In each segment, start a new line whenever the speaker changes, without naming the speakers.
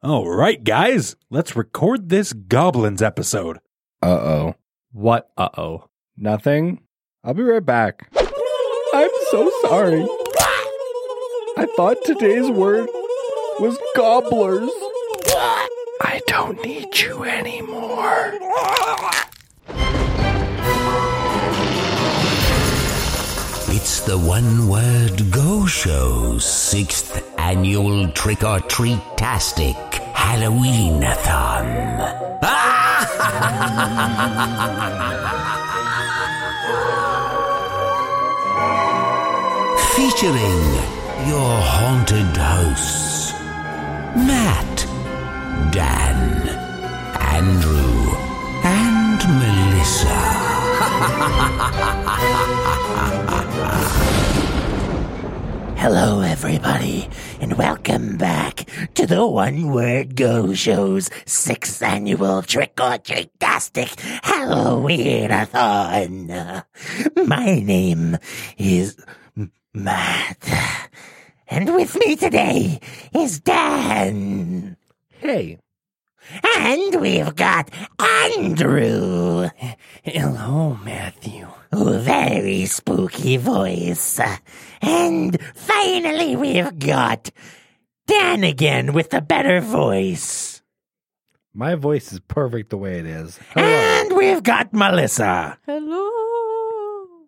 All right, guys, let's record this Goblins episode.
Uh oh.
What? Uh oh.
Nothing? I'll be right back. I'm so sorry. I thought today's word was gobblers. I don't need you anymore.
It's the One Word Go Show's sixth annual trick or treat tastic Halloween Featuring your haunted hosts Matt, Dan, Andrew, and Melissa. Hello, everybody, and welcome back to the One Word Go Show's sixth annual Trick or Treatastic Halloweenathon. My name is M- Matt, and with me today is Dan,
Hey.
and we've got Andrew.
Hello, Matthew.
Very spooky voice. And finally, we've got Dan again with a better voice.
My voice is perfect the way it is.
And we've got Melissa.
Hello.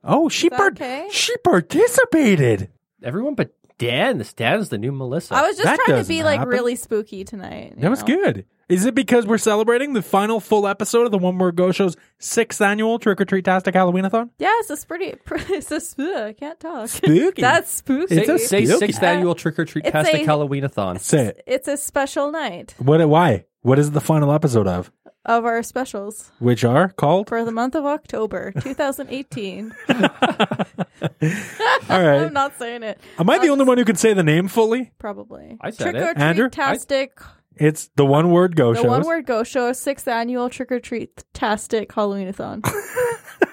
Oh, she
that
part-
okay?
she participated.
Everyone but Dan. This Dan's the new Melissa.
I was just
That
trying to
doesn't
be like
happen.
really spooky tonight. you
That was
know?
good. Is it because we're celebrating the final full episode of the One Word Go Show's sixth annual Trick or Treatastic Halloweenathon?
Yes, it's pretty. It's a spook. I can't talk.
Spooky.
That's spooky.
say,
It's a
say
spooky.
sixth
Uh,
annual trick or treat
it's
tastic
a-
Halloweenathon.
Say it.
It's a special night
What? Why? What is the final episode of?
of our specials
Which are called?
for the month of October 2018.
All
I'm
right.
not saying it.
Am I the only one who can say the name fully?
Probably.
I said
trick
it.
Andrew?
or treat-tastic.
It's the One Word Go
The
Show.
one word go show sixth annual trick or treat-tastic Halloweenathon.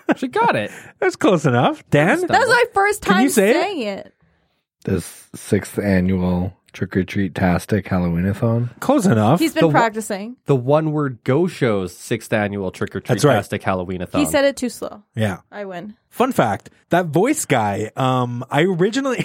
that
She got it.
That's close enough. Dan,
was my first
Can
time
you say it?
saying it.
This sixth annual trick or treat tastic Halloweenathon.
close enough.
He's
The
been
wh-
practicing.
The one word go show's sixth annual trick or treat
That's right.
tastic Halloweenathon.
He said it too slow.
yeah.
I win.
Fun fact: that voice guy. Um, I originally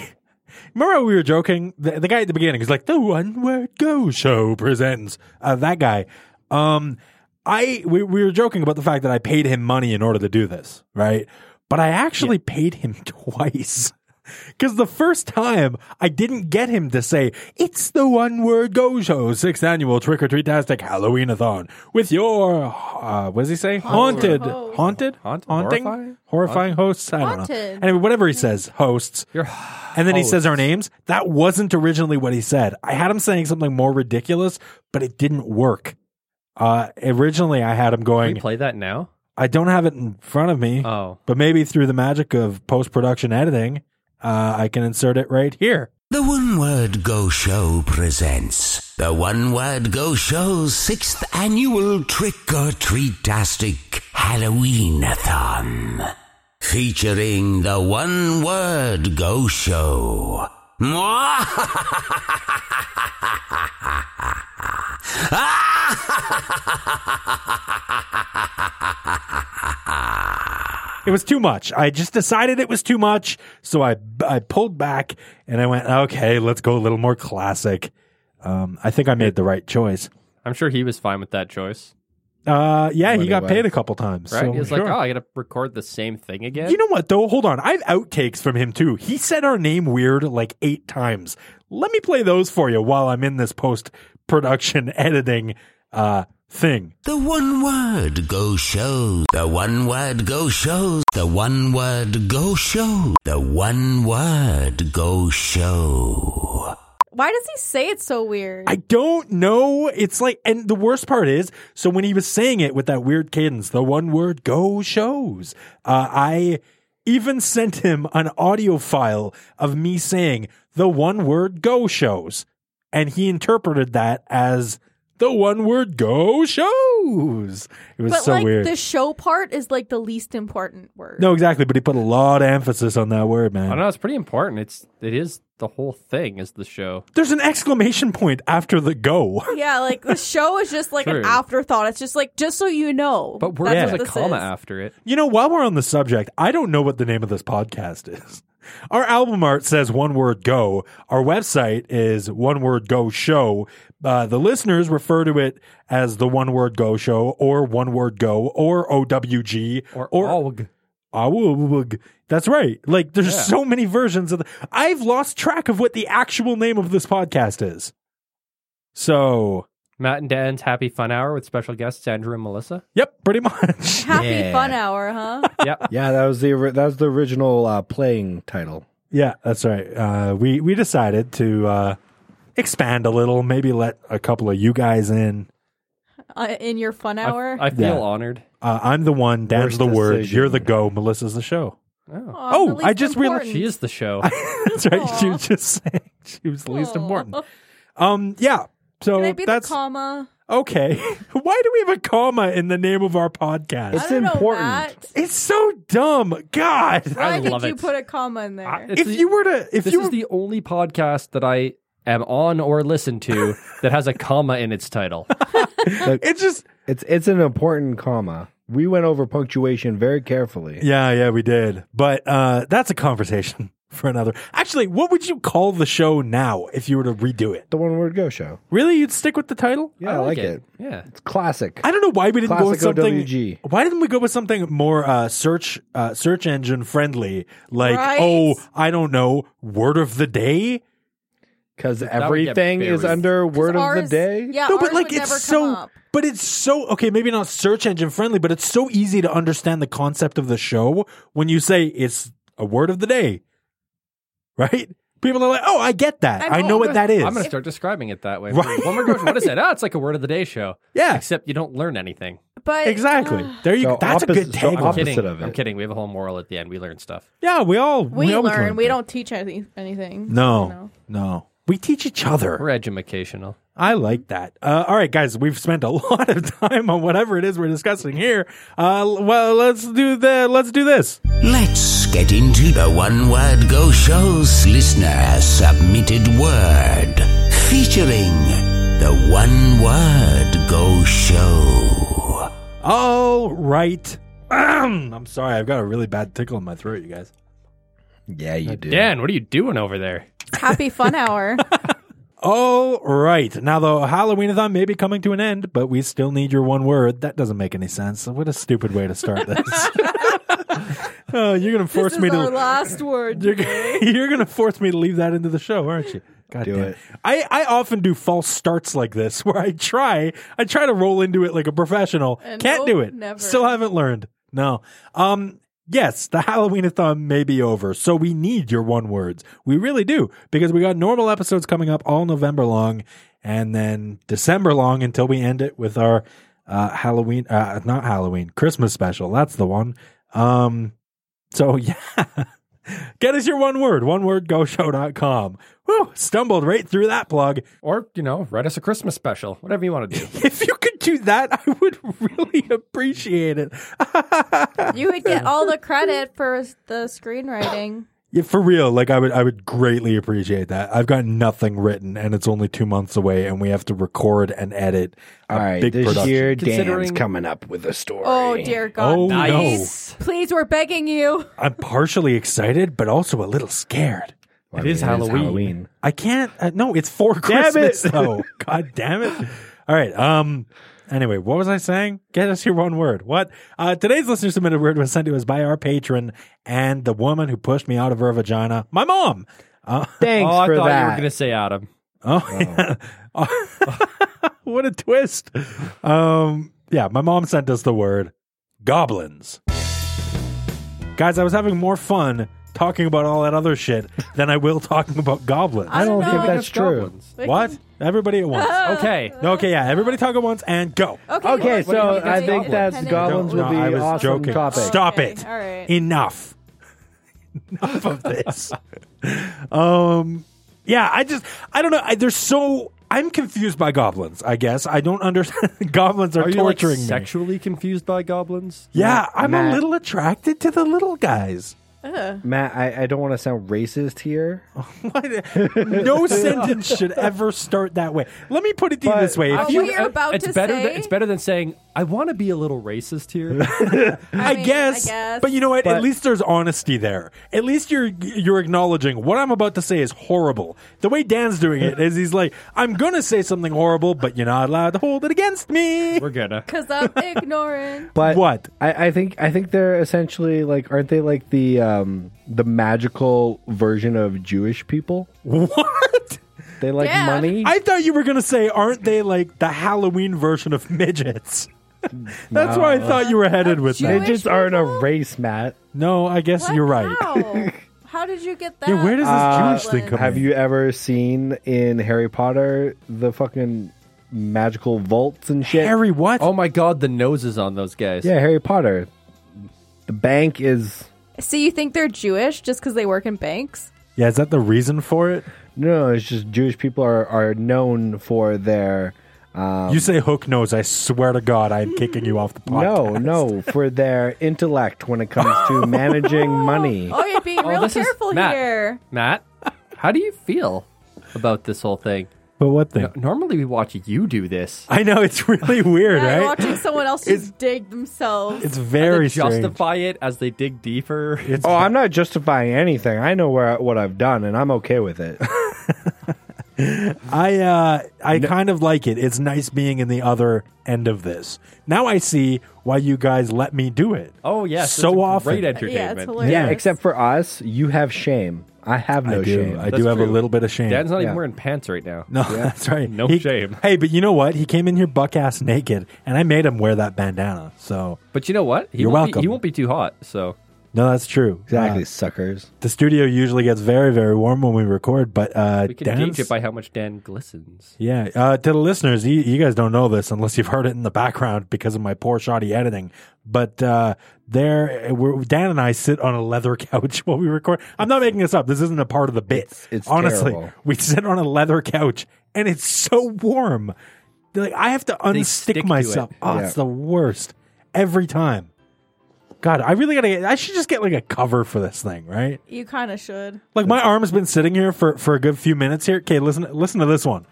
remember how we were joking. The, the guy at the beginning is like the One Word Go Show presents. Uh, that guy. Um, I we, we were joking about the fact that I paid him money in order to do this, right? But I actually paid him twice. Because the first time I didn't get him to say, it's the One Word Go Show, sixth annual trick or treatastic Halloweenathon with your, uh, what does he say? Haunted. Haunted?
Haunt-
Haunting?
horrifying?
Horrifying hosts? I don't know.
Haunted.
Anyway, whatever he says, hosts.
You're-
And then he says our names. That wasn't originally what he said. I had him saying something more ridiculous, but it didn't work. Uh, originally, I had him
Can
going,
we play that now?
I don't have it in front of me
Oh.
but maybe through the magic of post production editing, uh, I can insert it right here.
The One Word Go Show presents the One Word Go Show's sixth annual Trick or Treatastic Halloweenathon, featuring the One Word Go Show. Ah!
It was too much. I just decided it was too much, so I I pulled back and I went, okay, let's go a little more classic. Um, I think I made the right choice.
I'm sure he was fine with that choice.
Uh, yeah, he got
Money-wise.
paid a couple times.
Right?
so
he was
sure.
like, oh, I got to record the same thing again?
You know what though? Hold on. I've outtakes from him too. He said our name weird like eight times. Let me play those for you while I'm in this post production editing uh thing.
The One Word Go Show. The One Word Go Show. The One Word Go Show. The One Word Go Show.
Why does he say it so weird?
I don't know. It's like, and the worst part is, so when he was saying it with that weird cadence, the one word go shows, uh, I even sent him an audio file of me saying the one word go shows. And he interpreted that as the one word go shows. It was
But
so
like
weird.
the show part is like the least important word.
no, exactly. But he put a lot of emphasis on that word,
I
man.
don't know. It's pretty important. It's it is the whole thing is the show.
There's an exclamation point after the go.
Yeah, like the show is just like
True.
an afterthought. It's just like just so you know.
But word
that's
has
what
a
this
comma
is.
after it.
You know, while we're on the subject, I don't know what the name of this podcast is. Our album art says one word go. Our website is one word go show. Uh, the listeners refer to it as the one word go show or one word go or OWG
Or,
Or-
aug.
Awug. That's right. Like there's
Yeah.
so many versions of the I've lost track of what the actual name of this podcast is. So,
Matt and Dan's Happy Fun Hour with special guests Andrew and Melissa.
yep, pretty much.
Happy
Yeah.
fun hour, huh?
Yep.
Yeah, that was the ori- that was the original uh, playing title.
yeah, that's right. Uh, we we decided to uh, expand a little, maybe let a couple of you guys in.
uh, in your fun hour.
I, I feel
Yeah.
honored.
Uh, I'm the one, Dan's
Worst
the word,
decision.
you're the go, Melissa's the show.
Oh.
Aw,
Oh,
the least
I just realized-
important.
She is the show.
that's right. She
Aw.
was just saying she was the least
Aw.
important. Um, yeah. So
Can I be
that's
the comma?
okay. Why do we have a comma in the name of our podcast?
It's
I don't
important.
Know, Matt.
It's so dumb. God.
Why
I
did
love
you
it.
put a comma in there?
I- it's
If
the-
you were to if
this
you
is
were,
the only podcast that I am on or listen to that has a comma in its title.
it's just
It's it's an important comma. We went over punctuation very carefully.
Yeah, yeah, we did. But uh that's a conversation for another. Actually, what would you call the show now if you were to redo it?
The one word go show.
Really? You'd stick with the title?
Yeah, I, like it.
Yeah.
It's classic.
I don't know why we didn't go with
Classic
something
OWG.
Why didn't we go with something more uh search uh search engine friendly like
Right?
oh, I don't know, word of the day?
Because
that would get
everything is
buried.
under word of the
Ours-
day.
Yeah,
no, but
ours
like
would
it's
never
so,
come up.
but it's so okay. Maybe not search engine friendly, but it's so easy to understand the concept of the show when you say it's a word of the day, right? People are like, "Oh, I get that.
I'm
i know what that is."
I'm going to start describing it that way.
Right,
One more question. What is it? Ah, it's like a word of the day show.
yeah,
Except you don't learn anything.
But
exactly.
uh,
There you.
So
go. That's a
opposite-
good
so
tagline.
opposite-
kidding.
of
I'm
it.
kidding. We have a whole moral at the end. We learn stuff.
yeah, we all
we,
always
learn. We
things.
don't teach any, anything.
No,
You know.
no. We teach each other.
We're educational.
I like that. Uh, all right, guys, we've spent a lot of time on whatever it is we're discussing here. Uh, well, let's do the. Let's do this.
Let's get into the One Word Go Show's listener submitted word featuring the One Word Go Show.
All right. I'm sorry, I've got a really bad tickle in my throat, you guys.
Yeah, you do.
Dan, what are you doing over there?
Happy fun hour.
All right. Now, the Halloweenathon may be coming to an end, but we still need your one word. That doesn't make any sense. What a stupid way to start this. oh, you're going to force
this
me
is
to.
our last word.
You're, gonna- you're gonna force me to leave that into the show, aren't you? God
Do
damn.
it.
I, I often do false starts like this where I try I try to roll into it like a professional.
And
Can't do
nope,
it.
never.
Still haven't learned. No. Um yes, the Halloweenathon may be over, so we need your one words. We really do, because we got normal episodes coming up all November long and then December long until we end it with our uh Halloween uh not Halloween, Christmas special. That's the one. Um so yeah. Get us your one word, one word com. Whew, stumbled right through that plug.
Or, you know, write us a Christmas special. Whatever you want to do.
If you could do that, I would really appreciate it.
You would get all the credit for the screenwriting.
Yeah, for real, like I would I would greatly appreciate that. I've got nothing written and it's only two months away and we have to record and edit. a
All right,
big
this
production.
year Dan's
Considering-
coming up with a story.
Oh dear God!
Oh, no.
please, please, we're begging you.
I'm partially excited, but also a little scared.
Well,
It is Halloween. Oh,
I can't. Uh, no, it's for
Damn
Christmas
it.
though. God damn it! All right. Um. Anyway, what was I saying? Get us your one word. What? Uh, today's listener submitted word was sent to us by our patron and the woman who pushed me out of her vagina, my mom. Uh,
Thanks
oh, I
for
thought
that.
you were going to say Adam.
oh, what a twist! Um. Yeah, my mom sent us the word goblins. Guys, I was having more fun talking about all that other shit than I will talking about goblins.
I don't
I
Oh,
think
don't
that's true.
We
what? Everybody at once.
Okay.
No, Okay, yeah, everybody talk at once and go.
Okay,
Okay,
what- what are
so
you
I
doing?
think that's
Independent-
goblins
No,
will be
I was
awesome
joking.
topic.
Stop
Okay,
it.
all right.
Enough. Enough of this. um, yeah, I just, I don't know. I, there's so, I'm confused by goblins. I guess I don't understand. goblins are,
Are you like,
torturing me.
sexually confused by goblins?
yeah, I'm a
Matt.
little attracted to the little guys.
Matt, I, I don't want to sound racist here.
What? No sentence should ever start that way. Let me put it to you
But
this way: if
I-
you,
What you're about
it's
to
better
say?
Than, it's better than saying I want to be a little racist here.
I,
mean, I
guess,
guess.
but you know what? At
But-
least there's honesty there. At least you're you're acknowledging what I'm about to say is horrible. The way Dan's doing it is he's like, "I'm gonna say something horrible, but you're not allowed to hold it against me."
We're gonna.
Because I'm ignorant.
But
What?
I, I think I think they're essentially like aren't they like the um the magical version of Jewish people?
What?
They like
Yeah.
money.
I thought you were gonna say, "Aren't they like the Halloween version of midgets?" That's where I thought you were headed with
they
that.
Jewish
just aren't a
people?
race, Matt.
No, I guess
What?
you're right.
How? How did you get that?
Yeah, where does this
Uh,
Jewish thing come?
Have
in?
you ever seen in Harry Potter the fucking magical vaults and shit?
Harry? What?
Oh my god, the noses on those guys.
Yeah, Harry Potter. The bank is
So Uh, you think they're Jewish just because they work in banks?
Yeah, is that the reason for it?
no, it's just Jewish people are are known for their
you say hook nose. I swear to God, I'm kicking you off the
Um, no,
podcast.
no, for their intellect when it comes to managing money.
Oh, you're being real
this is-
careful
Matt.
here.
Matt, how do you feel about this whole thing?
But what thing?
Normally we watch you do this.
I know it's really weird,
Yeah,
right?
Watching someone else just dig themselves.
It's very
They
strange.
justify it as they dig deeper.
Oh, I'm not justifying anything. I know where what I've done, and I'm okay with it.
I uh, I kind of like it. It's nice being in the other end of this. Now I see why you guys let me do it.
oh yes,
so
it's a
often.
great
yeah, it's
entertainment.
hilarious.
Except for us, you have shame. I have
I
no
do.
shame.
I
That's
do have a
true.
little bit of shame.
Dan's not even
Yeah.
wearing pants right now.
no, that's right.
No
He-
shame.
Hey, but you know what? He came in here buck ass naked, and I made him wear that bandana. So
But you know what? He
You're
won't Be,
welcome.
he won't be too hot. So
no, that's true.
exactly,
Uh,
suckers.
the studio usually gets very, very warm when we record, but uh,
we can
Dan's-
gauge it by how much Dan glistens.
Yeah, uh, to the listeners, you, you guys don't know this unless you've heard it in the background because of my poor shoddy editing. But uh, there, we're, Dan and I sit on a leather couch while we record. I'm not making this up. This isn't a part of the bit.
It's- it's
honestly,
terrible.
we sit on a leather couch and it's so warm. Like I have to
stick to
unstick
it.
myself. Oh,
Yeah.
it's the worst every time. God, I really gotta. Get, I should just get like a cover for this thing, right?
You kind of should.
Like my arm's been sitting here for for a good few minutes here. Okay, listen, listen to this one.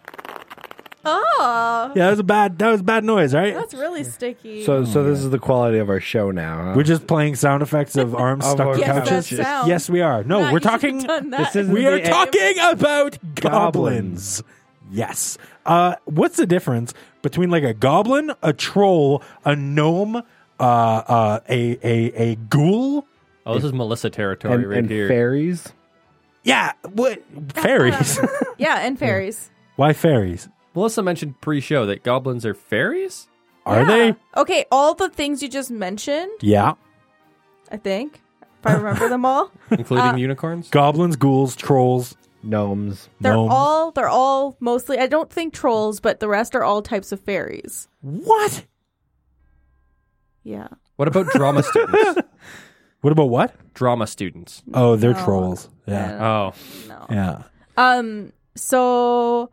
Oh,
Yeah, that was a bad that was a bad noise, right?
that's really sticky.
So, so this is the quality of our show now. Huh?
we're just playing sound effects of arms
Of
stuck
our
to
yes, that
couches.
couches.
sound.
Yes, we are. No,
Matt,
we're
you should've
talking
done that.
This is-
we are
the-
talking about goblins.
Goblins.
Yes. Uh what's the difference between like a goblin, a troll, a gnome, uh uh a a a ghoul?
Oh, this is Melissa territory
and,
right
and
here.
fairies.
Yeah, what fairies.
yeah, and fairies.
Why fairies?
Melissa mentioned pre-show that goblins are fairies.
Are
Yeah.
they?
Okay, all the things you just mentioned,
Yeah.
I think, if I remember them all,
including unicorns.
Goblins, ghouls, trolls,
Gnomes.
they're
Gnomes.
all they're all mostly. I don't think trolls, but the rest are all types of fairies.
What?
Yeah.
What about drama students?
What about what?
Drama students.
Oh, they're
No.
trolls. Yeah.
Oh,
No.
Yeah.
Um. So,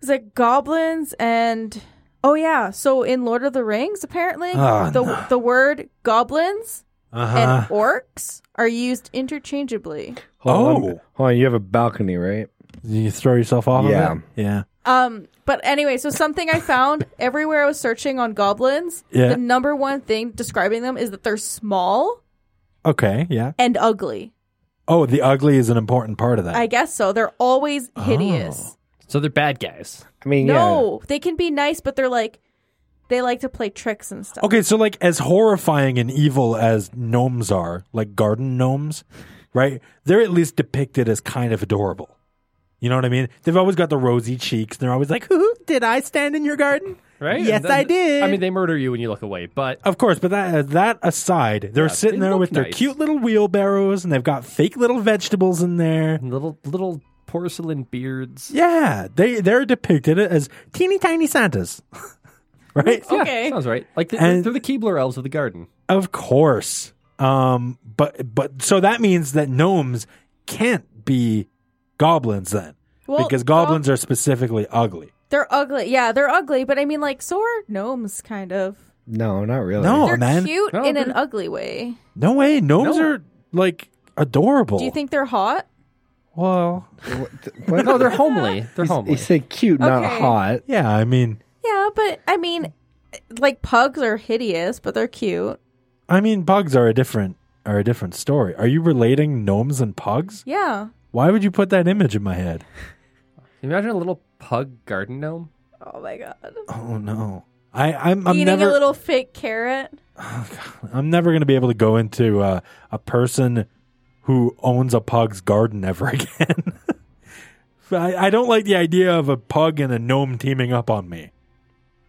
it's like goblins and oh yeah. So in Lord of the Rings, apparently
Oh,
the the word goblins
Uh-huh.
and orcs are used interchangeably.
Hold
Oh.
on, hold on. You have a balcony, right?
You throw yourself off
Yeah.
of it? Yeah.
Um, but anyway, so something I found everywhere I was searching on goblins,
Yeah.
the number one thing describing them is that they're small
Okay, yeah.
and ugly.
Oh, the ugly is an important part of that.
I guess so. They're always hideous.
so they're bad guys.
I mean, yeah.
No, they can be nice, but they're like they like to play tricks and stuff.
okay, so like as horrifying and evil as gnomes are, like garden gnomes, right? They're at least depicted as kind of adorable. You know what I mean? They've always got the rosy cheeks. They're always like, "Who did I stand in your garden?"
Right?
Yes,
And then-
I did.
I mean, they murder you when you look away, but
Of course, but that that aside, they're sitting
they
there
look
with their
nice.
cute little wheelbarrows, and they've got fake little vegetables in there.
little little porcelain beards.
Yeah, they they're depicted as teeny tiny Santas, right?
Yeah,
Okay.
sounds right. Like the,
And-
they're the Keebler elves of the garden.
Of course. Um, but but so that means that gnomes can't be goblins then,
Well,
because goblins are specifically ugly.
They're ugly. Yeah, they're ugly, but I mean, like, so are gnomes, kind of.
No, not really.
No. Oh,
they're
man.
cute
No,
in
they're-
an ugly way.
No way. Gnomes are like adorable.
Do you think they're hot?
Well,
What?
No, they're homely. They're
He's-
homely.
He said cute,
Okay.
not hot.
yeah. I mean,
Yeah, but I mean, like, pugs are hideous, but they're cute.
I mean, pugs are a different are a different story. Are you relating gnomes and pugs?
Yeah.
Why would you put that image in my head?
Imagine a little pug garden gnome.
Oh my god.
Oh no. I, I'm I'm
Eating
never
a little fake carrot.
I'm never gonna be able to go into uh, a person who owns a pug's garden ever again. I, I don't like the idea of a pug and a gnome teaming up on me.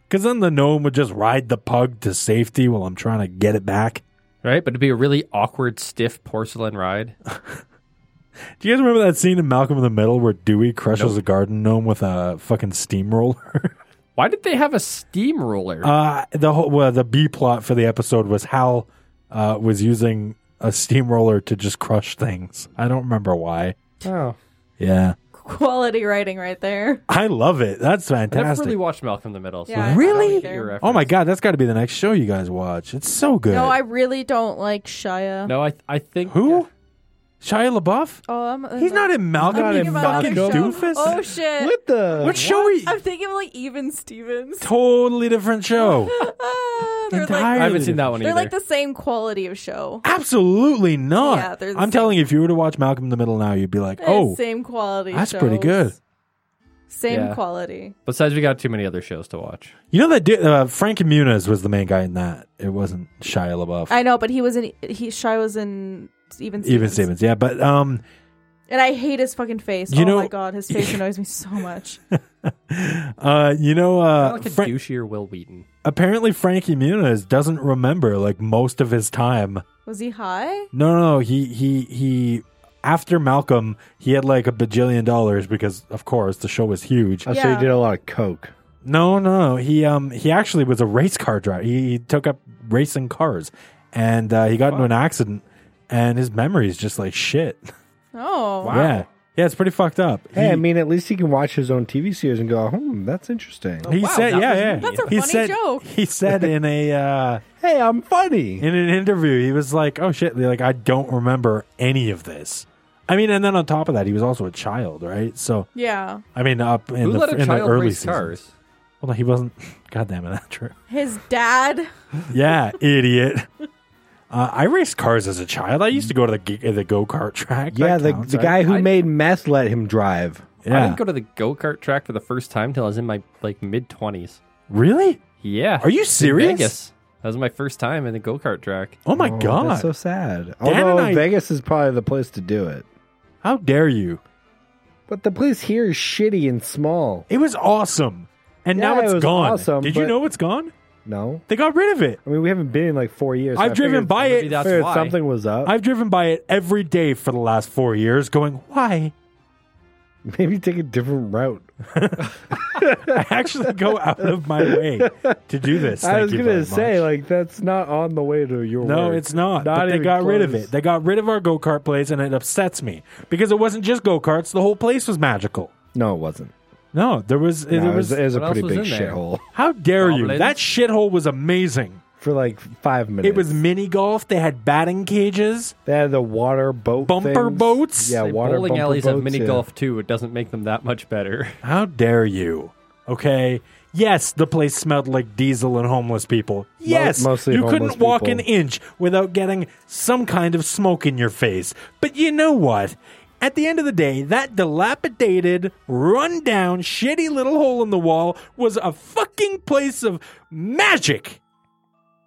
Cause then the gnome would just ride the pug to safety while I'm trying to get it back.
Right, but it'd be a really awkward, stiff porcelain ride.
Do you guys remember that scene in Malcolm in the Middle where Dewey crushes a garden gnome with a fucking steamroller?
Why did they have a steamroller?
Uh, the whole well, the B plot for the episode was Hal uh, was using a steamroller to just crush things. I don't remember why.
oh,
Yeah,
Quality writing right there.
I love it. That's
I never
fantastic.
really watched Malcolm in the Middle. So
Yeah, I
I don't
Really?
get your
oh my
reference.
god, that's got to be the next show you guys watch. It's so good.
No, I really don't like Shia.
No, I I think
Who? Shia LaBeouf?
Oh, I'm,
He's not in Malcolm.
Not
you
in
fucking
Malcolm.
doofus.
Oh shit.
What the?
what show are you?
I'm thinking of like Even Stevens.
Totally different show.
Ah, they're
Entirely.
like
I haven't seen that one
they're
either.
like the same quality of show.
Absolutely not.
Yeah, they're the
I'm
same.
telling you, if you were to watch Malcolm in the Middle now, you'd be like, oh,
same quality.
that's pretty
shows.
good.
Same
Yeah.
quality.
Besides, we got too many other shows to watch.
You know that di- uh, Frank Muniz was the main guy in that. It wasn't Shia LaBeouf.
I know, but he was in. He Shia was in Even Stevens.
even Stevens, yeah, but um,
And I hate his fucking face.
You
oh
know-
my god, his face annoys me so much.
uh, you know,
Kinda
uh,
like a
Fra-
douchier Will Wheaton.
apparently Frankie Muniz doesn't remember like most of his time.
Was he high?
No, no, no, he he he. After Malcolm, he had like a bajillion dollars because, of course, the show was huge.
Oh, So you
Yeah.
did a lot of coke.
No, no, no. He um he actually was a race car driver. He, he took up racing cars, and uh, he got into an accident, and his memory is just like shit.
Oh,
Yeah, yeah, it's pretty fucked up.
Hey,
He-
I mean, at least he can watch his own TV series and go, hmm, that's interesting.
He
wow,
said,
that
"Yeah,
was
yeah."
me.
That's a
he
funny
said,
joke.
He said in a uh,
Hey, I'm funny.
in an interview, he was like, "Oh shit!" Like I don't remember any of this. I mean, and then on top of that, he was also a child, right? So
yeah.
I mean, up in
Who
the
let a
in the
child
early
race
seasons.
cars?
Well, no, he wasn't. God damn it, that's true.
His dad.
Yeah, idiot. Uh, I raced cars as a child. I used to go to the g- the go kart track.
Yeah,
That
the,
counts,
the
right?
guy who
I-
made meth let him drive.
I
Yeah,
didn't go to the go kart track for the first time till I was in my like mid twenties.
really?
Yeah.
Are you
In
serious?
Vegas. That was my first time in the go kart track.
Oh my
Oh,
god!
That's so sad.
Dan and
Although
I-
Vegas is probably the place to do it.
How dare you?
But the place here is shitty and small.
It was awesome, and now
Yeah, it
it's
was
gone.
awesome,
Did you
but-
know it's gone?
No?
They got rid of it.
I mean, we haven't been in like four years. so
I've
I
driven
figured-
by
Maybe
it.
that's
figured
why.
something was up.
I've driven by it every day for the last four years, going, why?
Maybe take a different route.
I actually go out of my way to do this.
I
Thank
was
you
gonna
very
say,
much.
like, that's not on the way to your.
no,
work.
it's not. but they
even
got rid of
close.
it. They got rid of our go kart place, and it upsets me because it wasn't just go karts. The whole place was magical.
no, it wasn't.
No, there was.
No,
there was,
it was a
What else
pretty
was
big
in there?
shithole
how dare you?
Goblins.
That shithole was amazing.
for like five minutes.
It was mini golf. They had batting cages.
They had the water boat,
Bumper
things.
boats?
Yeah,
Say
water
bowling
bumper
alleys
boats,
have mini
yeah.
golf too. It doesn't make them that much better.
How dare you? Okay. Yes, the place smelled like diesel and homeless people. Yes,
mostly
you
homeless
couldn't walk an
people.
inch without getting some kind of smoke in your face. But you know what? At the end of the day, that dilapidated, run-down, shitty little hole in the wall was a fucking place of magic.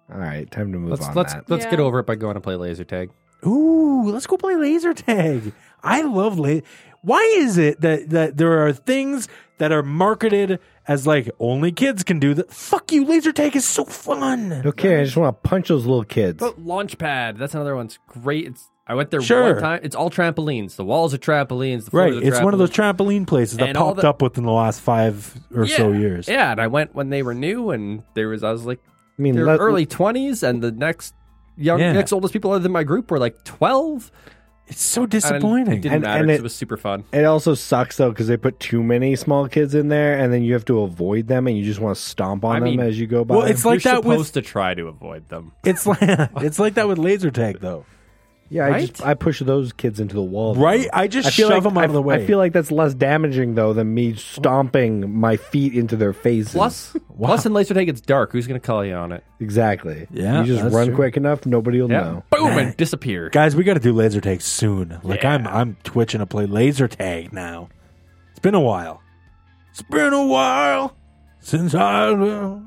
All right, time to move
let's
on.
let's
Matt.
let's
Yeah.
get over it by going to play laser tag.
Ooh, let's go play laser tag. I love laser. Why is it that that there are things that are marketed as like only kids can do that? Fuck you, laser tag is so fun.
Okay, I just want to punch those little kids.
But Launchpad, that's another one's great. It's I went there
Sure.
one time. It's all trampolines. The walls are trampolines. The
Right,
floors are
it's one of
trampolines.
those trampoline places that
And all
popped
the-
up within the last five or so years.
Yeah, and I went when they were new, and there was I was like
I mean,
their
let-
early twenties, and the next young
Yeah.
next oldest people other than my group were like twelve.
It's so
And It
disappointing.
didn't
And-
matter
and
'cause
it-
it was super fun.
It also sucks though because they put too many small kids in there, and then you have to avoid them, and you just want to stomp on
I
them
mean-
as you go by.
Well, it's
You're
like that
supposed
with
to try to avoid them.
it's like it's like that with laser tag though,
yeah, I just
right?
I push those kids into the wall, though.
right? I just
I feel
shove
like
them out
I,
of the way.
I feel like that's less damaging though than me stomping my feet into their faces.
Plus, plus in laser tag, it's dark. Who's gonna call you on it?
exactly.
Yeah,
you just
that's
run
true.
quick enough, nobody will know.
Boom and disappear.
guys, we got to do laser tag soon. Like I'm I'm twitching to play laser tag now. It's been a while. It's been a while since I. uh,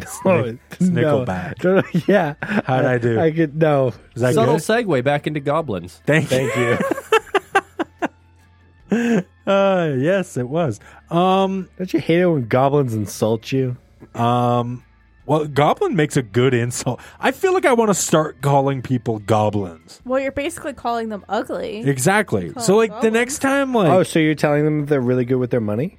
Snick-
No.
Nickelback.
No, no, yeah.
How'd I do?
I could no.
Is that
Subtle
good?
segue back into goblins.
Thank,
Thank you.
you. Uh, yes, it was. Um,
Don't you hate it when goblins insult you?
um, well, goblin makes a good insult. I feel like I want to start calling people goblins.
Well, you're basically calling them ugly.
Exactly.
Call
So, like the
goblins.
next time, like
oh, so you're telling them they're really good with their money?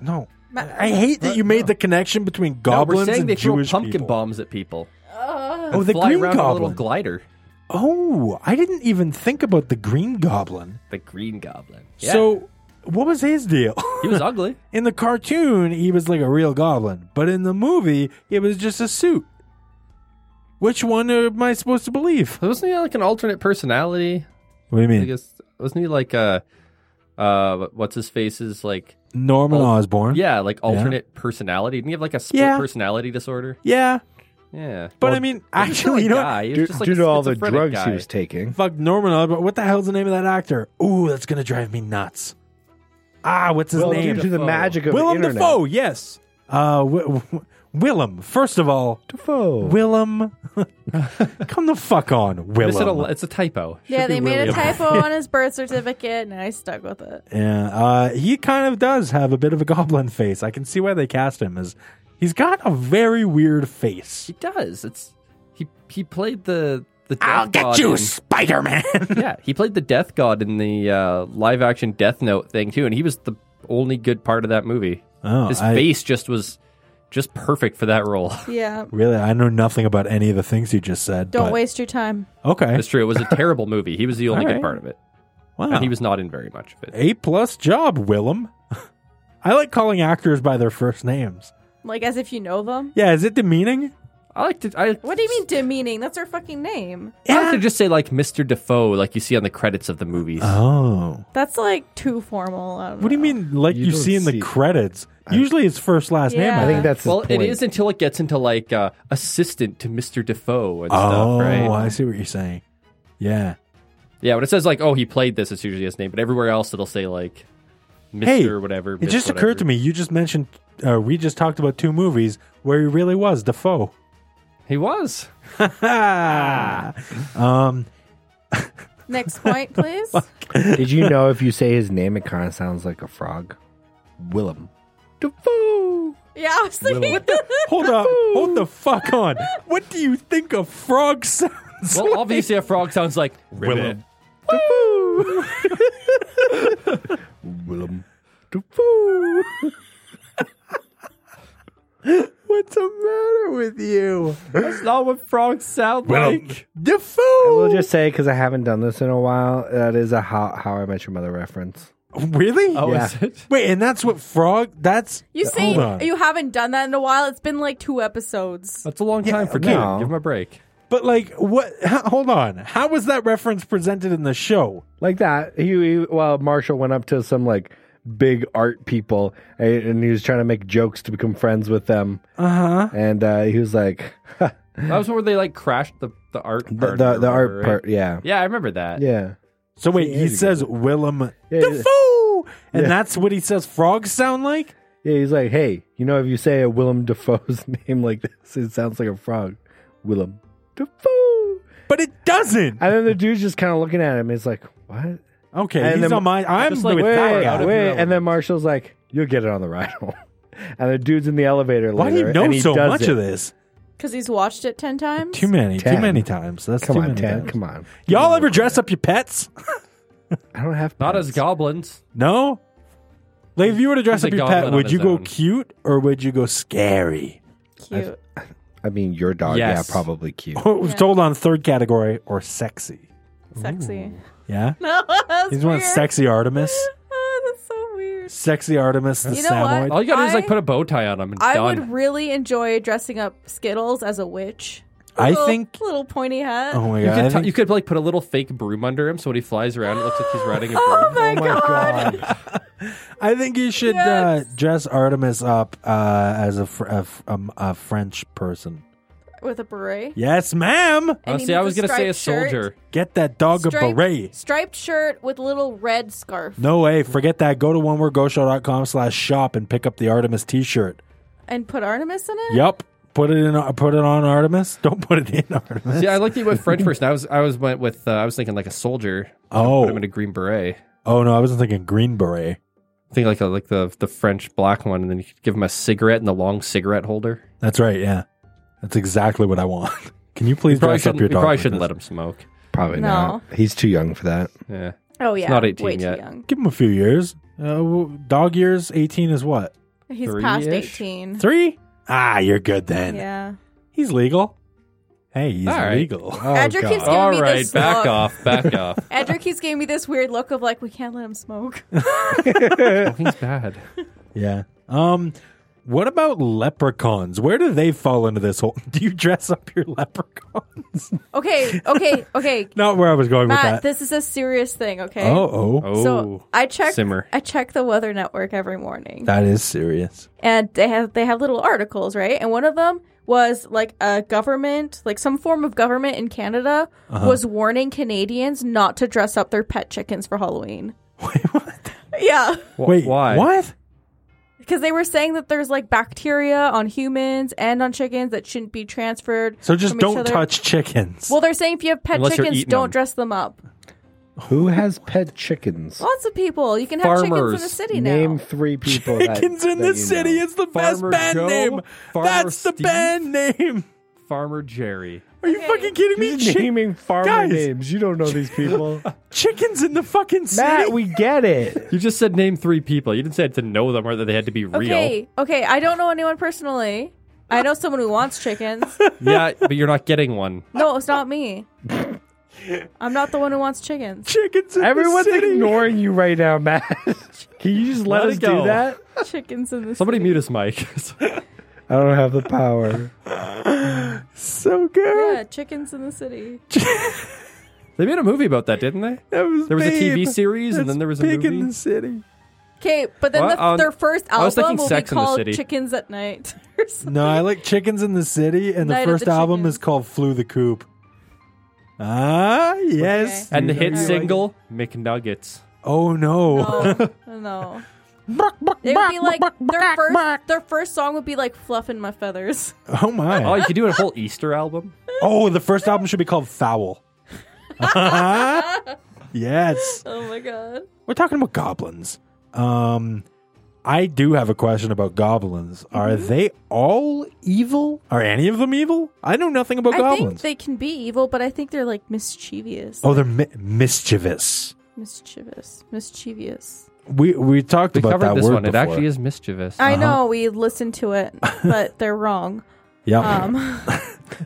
no,
Ma-
I hate that you made the connection between
No, we're
goblins
saying
and
they
Jewish
throw pumpkin
people.
bombs at people.
oh, the
fly
green
around in a little
goblin.
glider.
oh, I didn't even think about the green goblin.
The green goblin. Yeah.
So, what was his deal?
he was ugly.
in the cartoon, he was like a real goblin, but in the movie, it was just a suit. Which one am I supposed to believe?
Wasn't he like an alternate personality?
What do you
I guess wasn't he like uh uh what's his face is like
Norman
uh,
Oh,
Osborn.
yeah like alternate personality? Didn't he have like a split
Yeah.
personality disorder?
Yeah.
Yeah.
But I
oh
mean,
He was still a
actually, you know,
guy. He was
Due,
just like
due
a
to all the
schizophrenic
drugs
guy.
he was taking.
fuck Norman Osborn. What the hell's the name of that actor? Ooh, that's going to drive me nuts. Ah, what's his
Well, due
name?
to the
Dafoe.
magic of the
Willem
internet.
Dafoe, yes. Uh, w- w- Willem, first of all,
Dafoe.
Willem. Come the fuck on,
I said
Willem.
a- it's a typo.
yeah,
Should be
they made a
William.
typo on his birth certificate, and I stuck with it.
Yeah, uh, he kind of does have a bit of a goblin face. I can see why they cast him as he's got a very weird face.
He does. It's he he played the the death
I'll
god
get you,
in-
Spider Man.
yeah, he played the death god in the uh, live action Death Note thing too, and he was the only good part of that movie.
oh,
His
I,
face just was just perfect for that role.
Yeah,
really, I know nothing about any of the things you just said.
don't
but-
waste your time.
Okay,
That's true. It was a terrible movie. He was the only
All
good
right.
part of it,
wow,
and he was not in very much of it.
a plus job, Willem. I like calling actors by their first names.
Like as if you know them.
Yeah, is it demeaning?
I like to. I,
What do you mean demeaning? That's her fucking name.
I like to just say like Mr. Defoe, like you see on the credits of the movies.
Uh,
Oh,
That's like too formal. I don't
what do you
know.
mean? Like
You
you,
don't
see in the
see-
credits? Usually, it's first last
Yeah.
name.
I think that's his
well, it
point.
is until it gets into like uh, assistant to Mr. Defoe and
Oh,
stuff, right?
I see what you're saying. Yeah.
Yeah, when it says like, oh, he played this, it's usually his name, but everywhere else it'll say like Mr.
Hey,
whatever.
It just occurred to me. You just mentioned uh, we just talked about two movies where he really was Defoe.
He was.
um,
Next point, please.
Did you know if you say his name, it kind of sounds like a frog? Willem. Dafoe.
yeah, I was thinking.
hold up, hold the fuck on. What do you think a frog sounds?
Well, obviously a frog sounds like Ribbit.
Willem.
Willem. Dafoe.
What's the matter with you,
That's not what frogs sound like.
I will
Defoe?
just say, because I haven't done this in a while, that is a How, how I Met Your Mother reference.
Really?
Oh,
Yeah.
is it?
Wait, and that's what frog? That's
You say
Hold on. Uh,
you haven't done that in a while. It's been like two episodes.
That's a long time for
okay.
Kate.
No.
Give him a break.
But like, what? Hold on. How was that reference presented in the show?
Like that. He, he, well, Marshall went up to some like big art people and, and he was trying to make jokes to become friends with them.
Uh huh.
And uh, he was like, the,
That was where they like crashed the, the art part.
the,
or
the
whatever,
art
right?
part. Yeah.
Yeah, I remember that.
Yeah.
So wait, he
years ago.
says Willem
Yeah, yeah.
Defoe, and
Yeah.
that's what he says frogs sound like.
Yeah, he's like, hey, you know, if you say a Willem Dafoe's name like this, it sounds like a frog. Willem Dafoe.
But it doesn't.
And then the dude's just kind of looking at him. He's like, what?
Okay,
And
he's
then-
on my. I'm
just like,
with
Wait,
that
wait,
guy.
of your
And then Marshall's like, you'll get it on the ride home. And the dude's in the elevator
Why do
later.
you know
and he
so
does
much
it.
of this?
Because he's watched it ten times.
Too many, too
Ten.
many times. That's
Come
too
on,
many
Tan.
times.
Come on.
Y'all ever dress up your pets?
I don't have
Not
pets.
as goblins.
No. Like, if you were to dress
He's
up
a
your
goblin
pet,
on
would you
his
go
own.
cute or would you go scary?
Cute.
I mean, your dog,
Yes.
yeah, probably cute.
It was
Yeah.
told on third category or sexy.
Sexy.
Yeah,
No, that's
he's one
weird.
sexy Artemis.
Oh, that's so weird.
Sexy Artemis the
You know what?
Samoyed.
All you gotta do is like
I-
put a bow tie on him and
I
done.
would really enjoy dressing up Skittles as a witch.
I
Little-
think-
little pointy hat.
Oh my
you,
god! I
could t-
think-
you could like put a little fake broom under him so when he flies around, it looks like he's riding a broom.
Oh my, god.
I think you should
Yes.
uh, dress Artemis up uh, as a, fr- a, f- um, a French person.
With a beret.
Yes, ma'am.
And he
Honestly, Oh, I was
needs
gonna say a
striped
soldier.
shirt.
Get that dog a
Striped-
beret.
Striped shirt with little red scarf
No way. Forget that. Go to onewordgoshow.com slash shop and pick up the Artemis T-shirt.
and put Artemis in it.
Yep. Put it in. Put it on Artemis. Don't put it in Artemis.
See, I like that you went French person. I was, I was went with, uh, I was thinking like a soldier.
Oh.
put him in a green beret.
oh no, I wasn't thinking green beret.
Think like a, like the the French black one, and then you could give him a cigarette and the long cigarette holder.
That's right. Yeah, that's exactly what I want. Can you please
Probably
dress up
shouldn't,
your
you
dog?
probably
like
shouldn't
this?
let him smoke.
Probably
No.
not. He's too young for that.
Yeah,
Oh yeah.
not 18
Way
yet.
Too young.
Give him a few years. Uh, w- dog years. Eighteen is what?
He's
Three-ish?
past 18.
Three. Ah, you're good then.
Yeah.
He's legal. Hey, he's
All right.
legal. Oh,
Edric
God.
keeps- Give
All
me
right,
this
back
look.
off, back off.
Edric keeps giving me this weird look of like we can't let him smoke.
Smoking's bad.
Yeah. Um. What about leprechauns? Where do they fall into this whole? Do you dress up your leprechauns?
Okay, okay, okay.
Not where I was going
Matt,
with that.
this is a serious thing, okay?
Oh, oh,
Oh,
So I check
simmer.
I check the Weather Network every morning,
that is serious.
and they have they have little articles, right? And one of them was like a government, like some form of government in Canada,
Uh-huh.
was warning Canadians not to dress up their pet chickens for Halloween.
Wait, what?
Yeah,
Wh-
Wait,
why?
What?
because they were saying that there's like bacteria on humans and on chickens that shouldn't be transferred.
So just
from each
don't
other.
touch chickens.
Well, they're saying if you have pet
Unless you're
chickens,
eating
don't
them.
dress them up.
Who has pet chickens?
Lots of people, you can have chickens in
Farmers.
the city
Name
now.
three people. that-
chickens in
that
the
you
city.
know.
It's the best
Farmer
band
Joe,
name.
Farmer
That's the
Steve.
band name.
Farmer Jerry.
Are you fucking kidding me?
He's
Chi-
naming farmer
Guys.
names. You don't know these people.
chickens in the fucking city.
Matt, we get it.
You just said name three people. You didn't say I had to know them or that they had to be real.
Okay, okay. I don't know anyone personally. I know someone who wants chickens.
Yeah, but you're not getting one.
No, it's not me. I'm not the one who wants chickens.
chickens in
Everyone's
the city.
ignoring you right now, Matt. Can you just let,
Let it
us
go.
do that?
Chickens in this.
Somebody mute his mic.
I don't have the power.
so good.
Yeah, chickens in the city.
they made a movie about that, didn't they?
That was
There was a
babe.
TV series
That's
and then there was a
pig
movie.
in the city.
Okay, but then
Well,
the,
um,
their first
I was
album
thinking
will be
Sex in the
called
City.
Chickens at Night. or something.
No, I like chickens in the city, and
Night
the
of
first
the
album
Chickens.
is called "Flew the Coop." Ah, yes.
And the hit
Alright.
single, McNuggets.
Oh no.
no, no. It would be like their first. Their first song would be like "Fluffing My Feathers."
Oh my.
Oh, you could do a whole Easter album.
Oh, the first album should be called Foul. yes.
Oh my god.
We're talking about goblins. Um I do have a question about goblins. Are
Mm-hmm.
they all evil? Are any of them evil? I know nothing about
I think
goblins.
they can be evil, but I think they're like mischievous,
oh, they're mi- mischievous.
mischievous, mischievous.
We we talked
We
about
covered
that
this
word
one. It
before.
actually is mischievous.
I know we listened to it, but they're wrong.
Yep.
Um,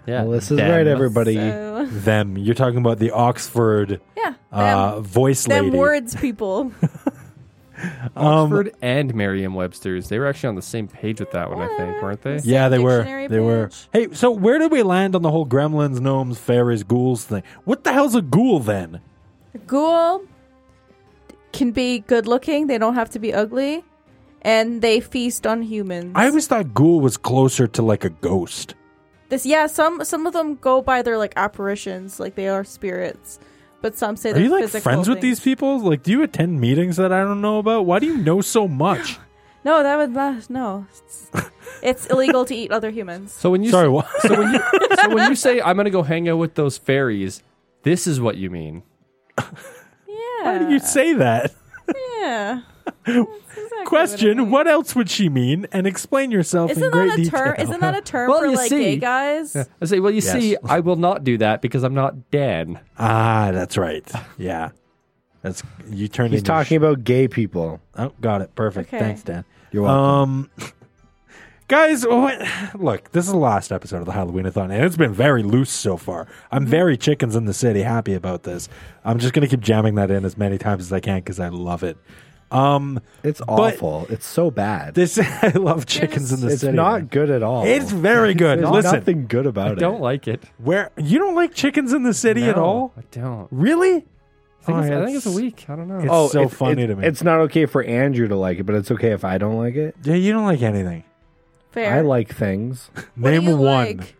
yeah.
Melissa's right, everybody.
so,
them. You're talking about the Oxford
yeah, them.
uh, voice
them
lady.
words people
Oxford and Merriam-Webster's. They were actually on the same page with that one, I think, weren't they?
Yeah.
Yeah, they were.
Dictionary
They were.
page.
Hey, so where did we land on the whole gremlins, gnomes, fairies, ghouls thing? What the hell's a ghoul then?
ghoul can be good looking they don't have to be ugly and they feast on humans
I always thought ghoul was closer to like a ghost.
this yeah some some of them go by their like apparitions like they are spirits but some say
Are
they're
you like
physical
friends with these
things.
people? Like, do you attend meetings that I don't know about? Why do you know so much?
no that would not no it's, it's illegal to eat other humans
So when you
Sorry, what?
so when you so when you say I'm gonna go hang out with those fairies, this is what you mean.
yeah
Why do you say that?
yeah
Question: What else would she mean? And explain yourself in
isn't
great
that a
detail.
term isn't that a term
Well,
for
you
like
see.
gay guys
I say, well, you
Yes.
see, I will not do that because I'm not Dan.
ah, that's right. Yeah, that's you turned.
He's
into a
talking about gay people.
sh- oh, got it. Perfect.
Okay.
Thanks, Dan.
You're welcome.
Um, Guys, what? look, this is the last episode of the Halloweenathon, and it's been very loose so far. I'm
Mm-hmm.
very chickens in the city happy about this. I'm just going to keep jamming that in as many times as I can because I love it. Um,
It's awful. it's so bad.
this I love chickens in the
it's
city.
not
man.
good at all.
It's very good.
There's
Listen,
nothing good about
I
it.
don't like it.
where you don't like chickens in the city at
No,
all?
I don't.
Really?
I think, it's,
Oh,
I think it's a week. I don't know.
it's
Oh,
so
it's-
funny
it's-
to me.
It's not okay for Andrew to like it, but it's okay if I don't like it.
yeah, you don't like anything.
Fair.
I like things.
What do
Name
you
one.
like?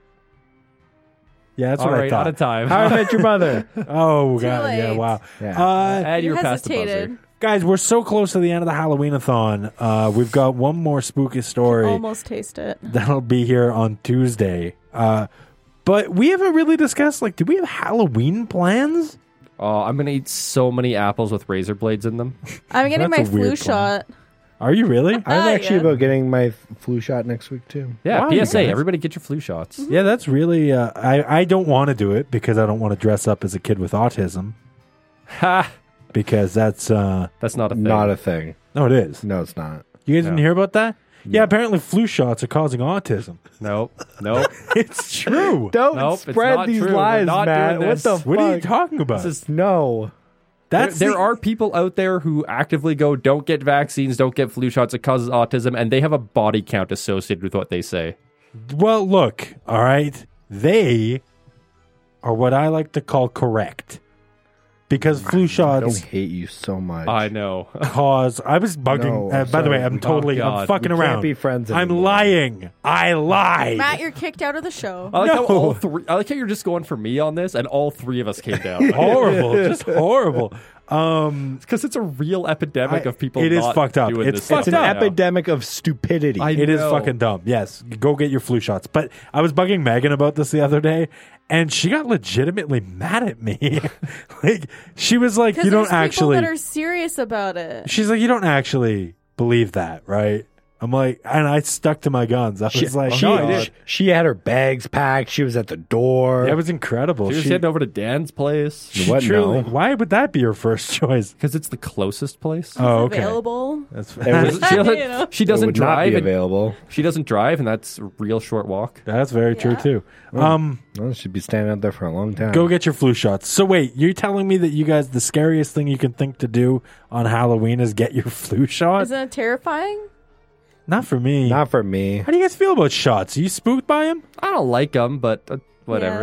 Yeah, that's
All
what
right,
I
out
thought.
of time.
How I Met Your Mother.
Oh
Too
god, yeah,
late.
wow.
Yeah.
Uh,
And
You
you're past the buzzer.
hesitated.
Guys, we're so close to the end of the Halloweenathon. Uh, we've got one more spooky story
Almost taste it.
that'll be here on Tuesday. Uh, but we haven't really discussed like, do we have Halloween plans?
Oh, I'm gonna eat so many apples with razor blades in them.
I'm getting
That's
my
a weird
flu
plan.
shot.
Are you really?
I'm
Not
actually
yet.
about getting my flu shot next week too.
Yeah,
Wow, you
PSA.
guys.
Everybody get your flu shots.
yeah, that's really. Uh, I I don't want to do it because I don't want to dress up as a kid with autism
ha!
because that's uh
That's not a thing.
Not a thing.
no, it is.
No, it's not.
You guys didn't
No.
hear about that? Yeah, apparently flu shots are causing autism.
nope. Nope.
it's true.
Don't
Nope, it's not true. We're not doing this.
what are you talking about?
This is-
no.
There,
that's
there
the-
are people out there who actively go, don't get vaccines, don't get flu shots, it causes autism, and they have a body count associated with what they say.
Well, look, all right. They are what I like to call correct. Because flu
I don't
shots
hate you so much.
I know.
cause I was bugging.
No,
uh, by the way,
sorry.
I'm totally, I'm
Oh, God,
fucking
we can't
around.
be friends
I'm
anymore.
lying. I lied.
Matt, you're kicked out of the show.
I like how
No.
all three. I like how you're just going for me on this, and all three of us came down
horrible, just horrible. Um,
because it's a real epidemic
I-
of people.
it is
not
fucked up.
doing
It's
this
fucked
it's an
stuff
up.
now.
epidemic of stupidity.
I
it is
know.
fucking dumb. Yes, go get your flu shots. But I was bugging Megan about this the other day, and she got legitimately mad at me. like she was like,
Because
"You don't
there's
actually."
people that are serious about it.
She's like, you don't actually believe that, right? I'm like, and I stuck to my guns. I was
she, Oh,
like,
she,
no, I didn't.
she, she had her bags packed. She was at the door.
That was incredible.
She was heading over to Dan's place
she
What
truly,
now?
why would that be your first choice?
because it's the closest place.
Oh, okay.
Available.
That's
was-
She doesn't,
You know.
she
It
doesn't
would not
drive.
be
And,
available.
she doesn't drive, and that's a real short walk.
that's very true
Yeah.
too. Um,
Well, she'd be standing out there for a long time.
go get your flu shots. So wait, you're telling me that you guys the scariest thing you can think to do on Halloween is get your flu shot?
Isn't it terrifying?
Not for me.
Not for me.
How do you guys feel about shots? Are you spooked by them?
I don't like them, but uh, whatever.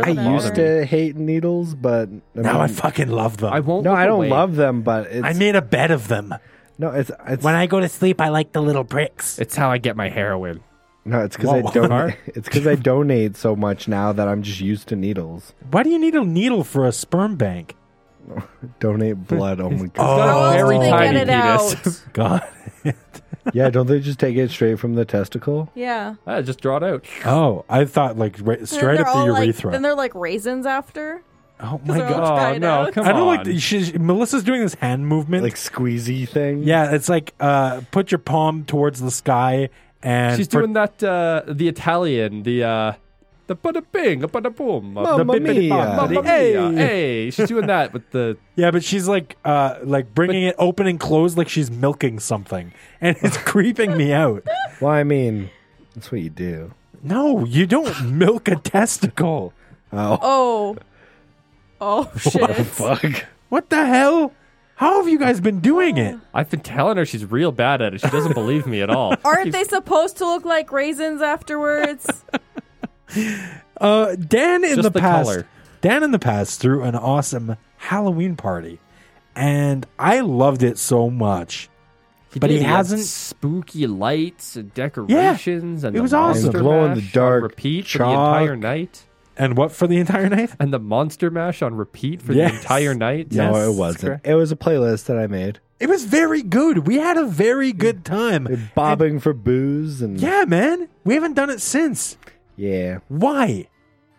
Yeah,
it
I
I
doesn't
used
bother me.
to hate needles, but
Now I
mean,
fucking love them.
I won't.
no,
look
I don't
away.
love them, but it's
I made a bed of them.
no, it's it's
When I go to sleep, I like the little pricks.
It's how I get my heroin.
no, it's because I
Whoa.
don't. It's because I donate so much now that I'm just used to needles.
Why do you need a needle for a sperm bank?
Donate blood. Oh my god.
got a
How
very
else do they
tiny
get it
penis.
out?
God.
yeah, don't they just take it straight from the testicle?
Yeah.
I just draw it out.
Oh, I thought like right,
Then
straight
they're
up the
all
urethra.
Like, then they're like raisins after.
oh my
they're all-
god!
try
Oh
it
no!
out.
Come
I don't
on.
like the, she's, Melissa's doing this hand movement.
Like squeezy thing.
yeah, it's like uh, put your palm towards the sky and
She's
for-
doing that. Uh, the Italian. The uh, the bada bing, a bada boom.
Mamma
The bippity
mia.
bop,
Mamma
bop.
mia.
Hey.
Hey, she's doing that with the.
Yeah, but she's like uh, like bringing it open and closed, like she's milking something, and it's creeping me out.
Well, I mean, that's what you do.
No, you don't milk a testicle.
Oh. Oh shit.
Fuck.
What the hell? How have you guys been doing it?
I've been telling her she's real bad at it. She doesn't believe me at all.
Aren't they supposed to look like raisins afterwards?
Uh, Dan in
Just
the,
the
past,
color.
Dan in the past threw an awesome Halloween party, and I loved it so much. but
did.
he
had
hasn't-
spooky lights and decorations and
it
the
was awesome.
Monster
Glow in the
Mash on
dark
repeat for the
chalk.
entire night
And what for the entire night?
and the monster mash on repeat for
Yes.
the entire night.
Yes,
no, it
that's
wasn't.
correct.
It was a playlist that I made.
It was very good. We had a very good time.
Bobbing for booze and
Yeah, man. We haven't done it since.
yeah.
Why?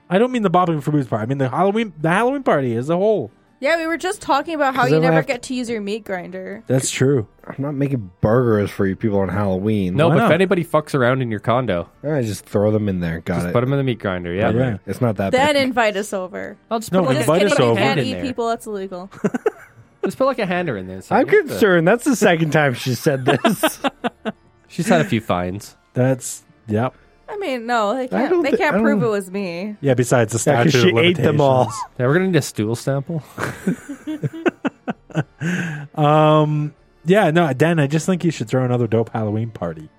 I don't mean the bobbing for booze part. I mean the Halloween the Halloween party as a whole.
yeah, we were just talking about how
'Cause
you
I don't
never
have to-
get to use your meat grinder.
That's true.
I'm not making burgers for you people on Halloween.
No,
Why
but
not?
if anybody fucks around in your condo,
I just throw them in there. Got
just
it.
put them in the meat grinder. Yeah,
Yeah.
It's not that bad.
Then invite us over.
I'll just
No,
put like
Just
invite
kidding,
us
you
over.
can't
in
eat
there.
people. That's illegal.
Just put like a hander in there. and say,
I'm
"What the-"
concerned. That's the second time she said this.
She's had a few fines.
That's Yep.
I mean, no, they
don't
can't. They
thi- I
can't
don't-
prove it was me.
Yeah. Besides the
Yeah,
statue,
'cause she
of
ate them all.
limitations.
Yeah, we're gonna need a stool sample.
Um. Yeah. No, Dan. I just think you should throw another dope Halloween party.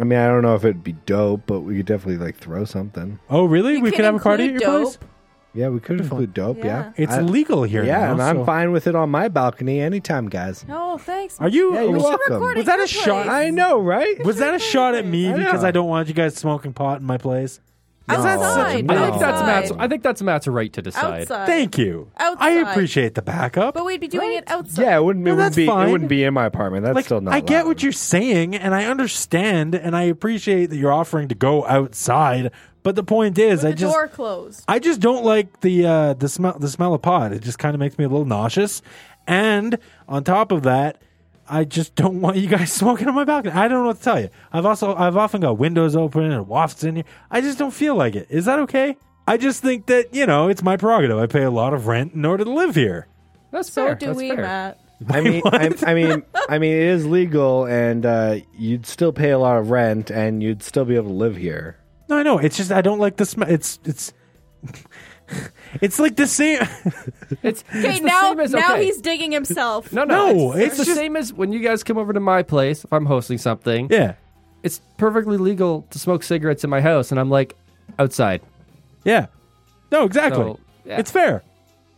I mean, I don't know if it'd be dope, but we could definitely like throw something.
Oh, really? we could have a party at your
include
place.
Yeah, we could include dope. Yeah,
Yeah.
It's
I-
legal here.
yeah,
now,
and I'm
so-
fine with it on my balcony anytime, guys.
No, Oh, thanks.
Are you?
Yeah, you're
We should
welcome.
record at
Was that
your
a shot?
place.
I know, right?
was that a shot at me
I
because
know.
I don't want you guys smoking pot in my place?
No.
Outside.
No.
I think that's
outside.
Matt's. I think that's Matt's right to decide.
Outside.
Thank you. I
Outside.
appreciate the backup.
But we'd be doing it outside.
Yeah, it wouldn't. It
No,
wouldn't
that's
be.
fine.
It wouldn't be in my apartment. That's
like
still not.
I get
allowed.
what you're saying and I understand and I appreciate that you're offering to go outside, but the point is
With the
I just
door closed.
I just don't like the uh, the smell the smell of pot. It just kind of makes me a little nauseous. And on top of that, I just don't want you guys smoking on my balcony. I don't know what to tell you. I've also I've often got windows open and wafts in here. I just don't feel like it. Is that okay? I just think that you know it's my prerogative. I pay a lot of rent in order to live here.
That's
So
fair.
do
that's
we,
fair.
Matt.
I mean, I, I mean, I mean, it is legal, and uh, you'd still pay a lot of rent, and you'd still be able to live here.
No, I know. It's just I don't like the smell. It's it's it's like the same.
It's,
Okay,
it's the
now
same as,
now
okay.
he's digging himself.
No, no,
No,
It's,
it's
the
just-
same as when you guys come over to my place. If I'm hosting something,
yeah,
it's perfectly legal to smoke cigarettes in my house, and I'm like outside.
yeah. No, exactly.
So, yeah.
It's fair.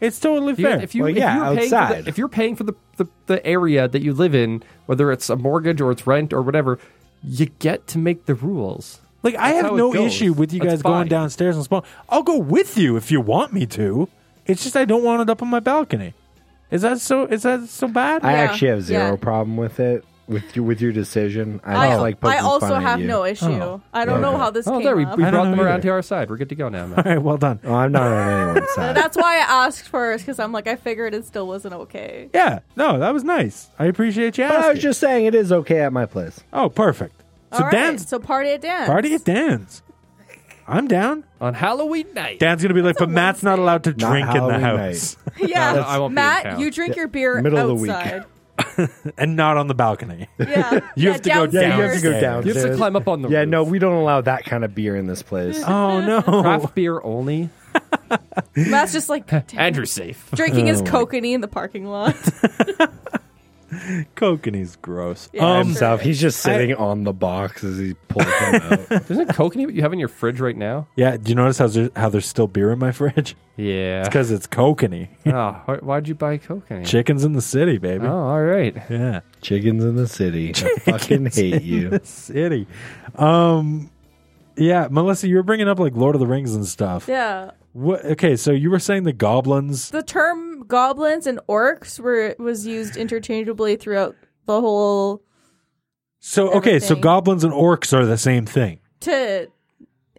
It's totally
If you,
fair.
if you,
Well,
if
yeah,
you're paying for the-
outside.
if you're paying for the, the the area that you live in, whether it's a mortgage or it's rent or whatever, you get to make the rules.
Like I
That's
have
how it
no
goes.
issue with you
That's
guys going
fine.
downstairs and smoking. I'll go with you if you want me to. It's just I don't want it up on my balcony. Is that so? Is that so bad?
I
Yeah,
actually have zero
yeah.
problem with it with your with your decision. I,
I,
just like
I
poking
also
fun at
have
you.
no issue.
Oh.
I don't know
Okay.
how this
oh,
came
there we,
up.
we
I don't
brought them
know
around
either.
to our side. We're good to go now,
All
man.
right, well done.
Well, Oh, I'm not on anyone's side.
That's why I asked first because I'm like I figured it still wasn't okay.
Yeah, no, that was nice. I appreciate you
but
asking.
I was just saying it is okay at my place.
oh, perfect. So
All right,
Dan's
so party at Dan's.
party at Dan's. I'm down.
On Halloween night.
Dan's gonna be like, but
a
Matt's not
Wednesday.
allowed to
Not
drink in the
Halloween
house
Yeah,
No, I won't be in
Matt,
town.
you drink your beer
middle of the week.
outside.
and not on the balcony.
Yeah,
You
yeah,
have to go
downstairs.
Yeah, you have to go
Downstairs.
downstairs.
You have to climb up on the
Yeah,
roof.
no, we don't allow that kind of beer in this place.
oh no.
Craft beer only.
Matt's just like
Andrew's safe.
drinking his kokanee in the parking lot.
Kokanee's gross.
Yeah,
um,
sure.
Himself, he's just sitting on the box as he pulls them out.
Isn't coconut what you have in your fridge right now?
yeah, do you notice how there's, how there's still beer in my fridge?
Yeah.
Because it's kokanee.
oh, why- why'd you buy coconut?
Chickens in the city, baby.
Oh, all right.
Yeah.
Chickens in the city. I fucking hate you.
City. Um yeah, Melissa, you were bringing up like Lord of the Rings and stuff.
yeah.
What okay, so you were saying the goblins
the term goblins and orcs were was used interchangeably throughout the whole
So okay, so
Everything.
goblins and orcs are the same thing.
to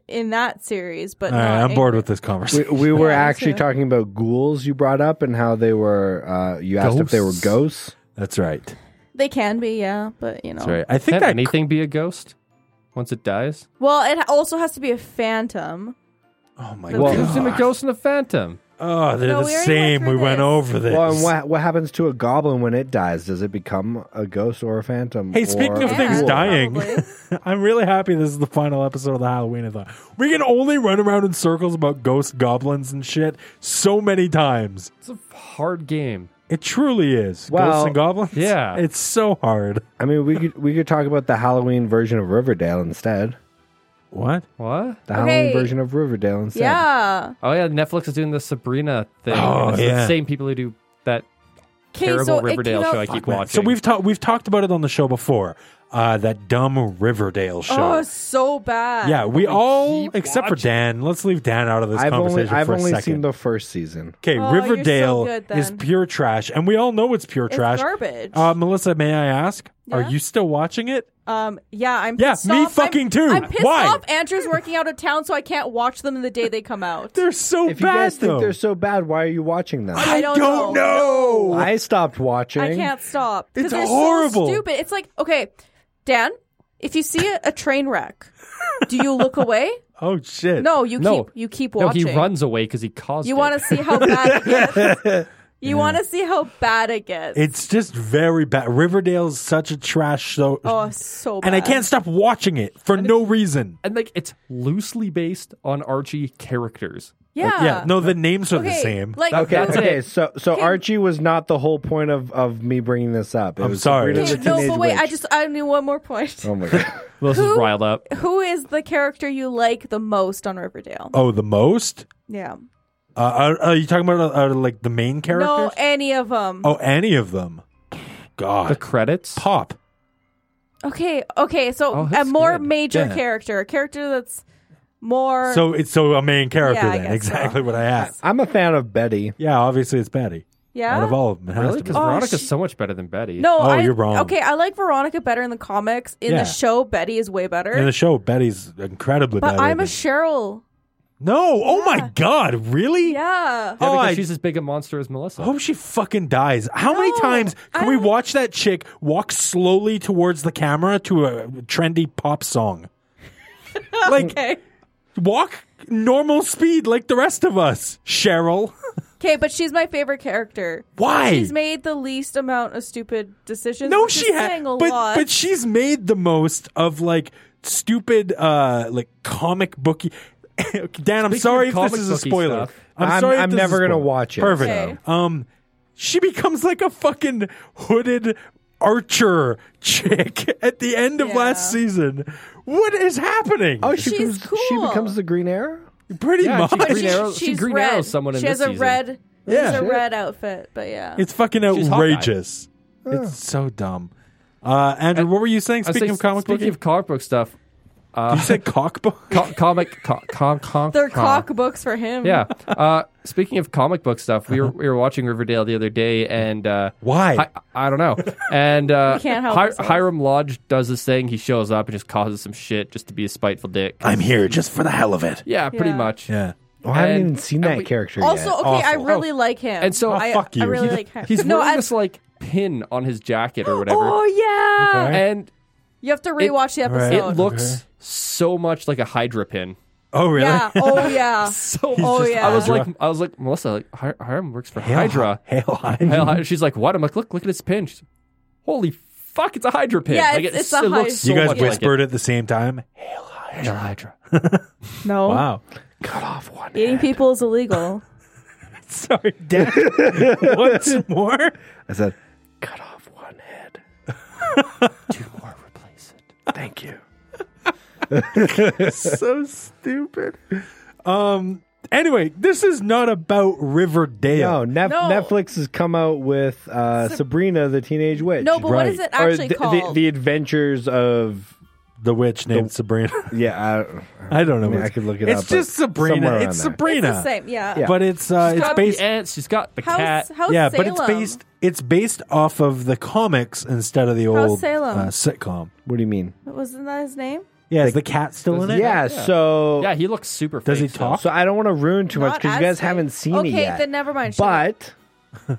in that series, but
All right,
not
I'm bored
in-
with this
We,
conversation.
we were
Yeah, me
actually
too.
talking about ghouls you brought up and how they were, uh, you asked if they were
Ghosts.
ghosts.
That's right.
They can be, yeah, but you know.
That's right. I think
Can't
that
anything be a ghost once it dies?
Well, it also has to be a phantom.
Oh my
Well-
Who's in
god.
a ghost and a phantom?
Oh, they're
No,
the
we already went
same.
through
we went
this.
over this.
Well, and what, what happens to a goblin when it dies? Does it become a ghost or a phantom?
Hey,
or
speaking of
a
things
Yeah,
ghoul?
dying,
probably.
I'm really happy this is the final episode of the Halloween. I thought we can only run around in circles about ghost goblins and shit so many times.
It's a hard game.
It truly is. Ghosts
Well,
and goblins.
yeah.
it's so hard.
I mean, we could we could talk about the Halloween version of Riverdale instead.
What?
What?
The Halloween
Okay.
version of Riverdale instead.
Yeah.
Oh yeah, Netflix is doing the Sabrina thing.
Oh,
it's
yeah.
the same people who do that
Okay,
terrible
so it
Riverdale
came out-
show I keep
Man,
watching.
So we've talked we've talked about it on the show before. Uh, that dumb Riverdale
Oh,
show.
it's so bad.
yeah, we all
keep
except for
watching.
Dan. Let's leave Dan out of this
I've only
conversation
I've
for
only
a second.
seen the first season.
okay,
Oh, you're so
Riverdale
good
is
then.
pure trash, and we all know it's pure
It's
trash.
garbage.
Uh, Melissa, may I ask, are
Yeah?
you still watching it?
Um, yeah, I'm
Yeah,
pissed
me
off. I'm-
fucking too.
I'm pissed
Why?
off. Andrew's working out of town, so I can't watch them the day they come out.
They're so
If you
bad,
guys think
though.
they're so bad, why are you watching them?
I don't,
don't know.
I stopped watching.
I can't stop. 'Cause
It's
they're so
horrible.
stupid. It's like, okay, Dan, if you see a, a train wreck, do you look away?
Oh shit!
No, you
No.
keep you keep
no,
watching.
he runs away because he caused.
You
it.
want to see how bad it is? You want to see how bad it gets.
It's just very bad. Riverdale's such a trash show.
oh, so bad.
and I can't stop watching it for no reason.
And like it's loosely based on Archie characters.
Yeah.
yeah, no, the names are the
Okay,
same.
Like,
Okay,
That's
okay.
it.
So, so
Can-
Archie was not the whole point of of me bringing this up. It
I'm
was
sorry.
Sabrina the
Okay, no,
Teenage
but wait, I
Witch.
just I need one more point.
Oh my god.
Well, this is
Who-
riled up.
Who is the character you like the most on Riverdale?
Oh, the most?
Yeah.
Uh, are, are you talking about uh, uh, like the main characters?
No, any of them.
oh, any of them?
The
God,
credits.
pop.
Okay, okay. So
Oh,
a
that's
more
good.
major
Yeah.
character, a character that's more.
So it's so a main character
Yeah, I
then.
guess
Exactly
so.
what I asked.
I'm a fan of Betty.
Yeah, obviously it's Betty.
yeah.
Out of all of them, it has
Really?
to be.
Because
Oh,
Veronica's
sh-
so much better than Betty.
no,
Oh,
I,
you're wrong.
Okay, I like Veronica better in the comics. In
Yeah.
the show, Betty is way better.
In the show, Betty's incredibly
but
better
I'm a
than-
Cheryl.
no, oh my God, really?
Yeah.
Yeah,
Oh,
because
I-
she's as big a monster as Melissa.
I hope she fucking dies. How many
No,
times can
I
we
don't-
watch that chick walk slowly towards the camera to a trendy pop song? like,
Okay.
walk normal speed like the rest of us, Cheryl.
Okay, but she's my favorite character.
Why?
She's made the least amount of stupid decisions.
no,
which
she
is
has,
saying a
but
lot.
but she's made the most of like stupid, uh like comic booky. Dan, I'm
Speaking
sorry
of
if this
comic
is a
booky
spoiler.
stuff,
I'm-
sorry. if
I'm
this is a
never gonna
spoiler.
watch it,
Perfect.
Okay.
Um, she becomes like a fucking hooded archer chick at the end of
Yeah.
last season. What is happening?
Oh, she becomes,
She's
she
cool.
becomes the Green Arrow.
pretty
yeah,
much.
she-
But
Green
she's-
Arrow- she
she's
Green
red.
Arrows someone in
she
this
has a
season.
red. She
Yeah.
has a
Shit.
red outfit, but yeah.
It's fucking
She's Hawkeye.
outrageous. It's so dumb. Uh, Andrew, what were you saying?
I was
Speaking
saying,
of comic book,
speaking of comic book stuff,
you said cock book.
co- comic co- com- com-
They're
com-
cock books for him.
Yeah. Uh, speaking of comic book stuff, we were we were watching Riverdale the other day, and uh,
Uh-huh. Why?
I, I don't know. And uh,
We can't help ourselves.
Hiram Lodge does this thing. He shows up and just causes some shit just to be a spiteful dick.
I'm here just for the hell of it.
yeah, pretty
Yeah.
much.
Yeah.
Oh, I haven't
And-
even seen
and
that
we-
character
Also,
yet.
okay, I
Awful.
really like him.
And so- Oh,
I,
fuck you.
I really
He's-
like him.
He's
no,
wearing
I-
this like pin on his jacket or whatever.
Oh yeah.
Okay.
And
You have to rewatch the
Right.
episode.
it
Oh,
looks
okay.
so much like a Hydra pin.
Oh, really?
Yeah. Oh yeah.
So
Oh,
much.
yeah.
I was
Hydra.
like, I was like, Melissa, like, Hi- Hiram works for
Hail-
Hydra.
Hail
Hell,
Hydra.
Hy- she's like, what? I'm like, look, look at his pin. She's, Holy fuck, it's a Hydra pin.
Yeah,
like,
it's- it's a
it looks
Hydra.
so
You guys
much
whispered at the same time.
like it. Hail Hydra.
no.
Wow.
cut off one.
Eating people is illegal.
Sorry, Dan. Once more.
I said, cut off one head.
Two more replace it.
Thank you.
so stupid. Um. Anyway, this is not about Riverdale.
No, Oh, Nef-
No.
Netflix has come out with uh, Sabrina the Teenage Witch.
No, but what is
Right.
it
Or
actually
the,
called?
The, the Adventures of
The witch named Sabrina.
yeah. I,
I don't know.
I mean,
what
I
it's-
could look it
it's
up, but
just Sabrina.
somewhere
It's
around there.
it's
Sabrina.
the same. Yeah.
Yeah.
But it's uh,
She's
it's
got
based.
the ants. She's got the
How's,
cat.
how's
yeah,
Salem?
but it's based. It's based off of the comics instead of the old
Salem?
Uh, sitcom.
What do you mean?
Wasn't that his name?
Yeah, is the cat still in
Yeah,
it?
so
yeah, he looks super.
Does
fake
he
still.
talk?
so I don't want to ruin too much
Not
because
as
you guys
fake.
haven't seen
okay,
it yet.
then never mind. Shut up.
but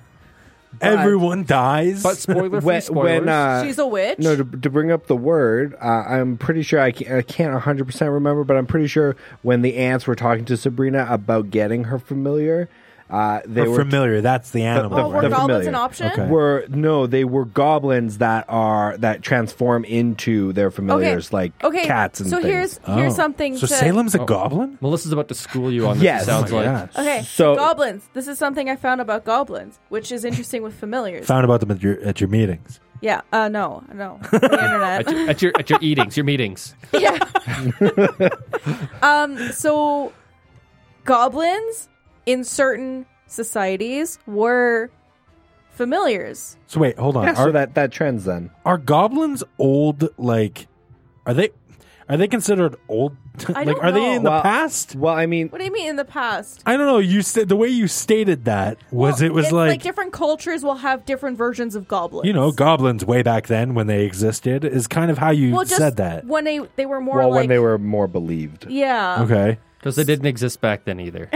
Everyone dies.
But spoiler free
when,
spoilers.
when uh,
she's a witch.
no, to, to bring up the word, uh, I'm pretty sure I can't, I can't 100 percent remember, but I'm pretty sure when the ants were talking to Sabrina about getting her familiar, uh, they
Or
were
familiar. That's the animal.
oh, were
the
right?
goblins
familiar.
an option?
Okay.
were no, they were goblins that are that transform into their familiars, like
okay.
cats and
so
things.
here's here's
Oh.
something.
So
to,
Salem's a
Oh.
goblin.
Melissa's about to school you on this.
Yes.
It sounds
Oh my
like
Yeah.
Okay,
So-
goblins. This is something I found about goblins, which is interesting with familiars.
Found about them at your at your meetings.
yeah, uh, no, no, the internet.
at your, at your at your eatings, your meetings.
yeah. um. So, goblins in certain societies were familiars.
So wait, hold on.
yeah,
Are-
so uh, that that trends then.
are goblins old like are they are they considered old
I
like
don't
are they in
know.
the
Well-
past
Well, I mean,
What do you mean in the past?
i don't know you said the way you stated that was
Well,
it was
it's
like,
different cultures will have different versions of goblins.
you know goblins way back then when they existed is kind of how you
well, just
said that
when they they were more
well,
like
when they were more believed.
yeah.
okay
Because they didn't exist back then either.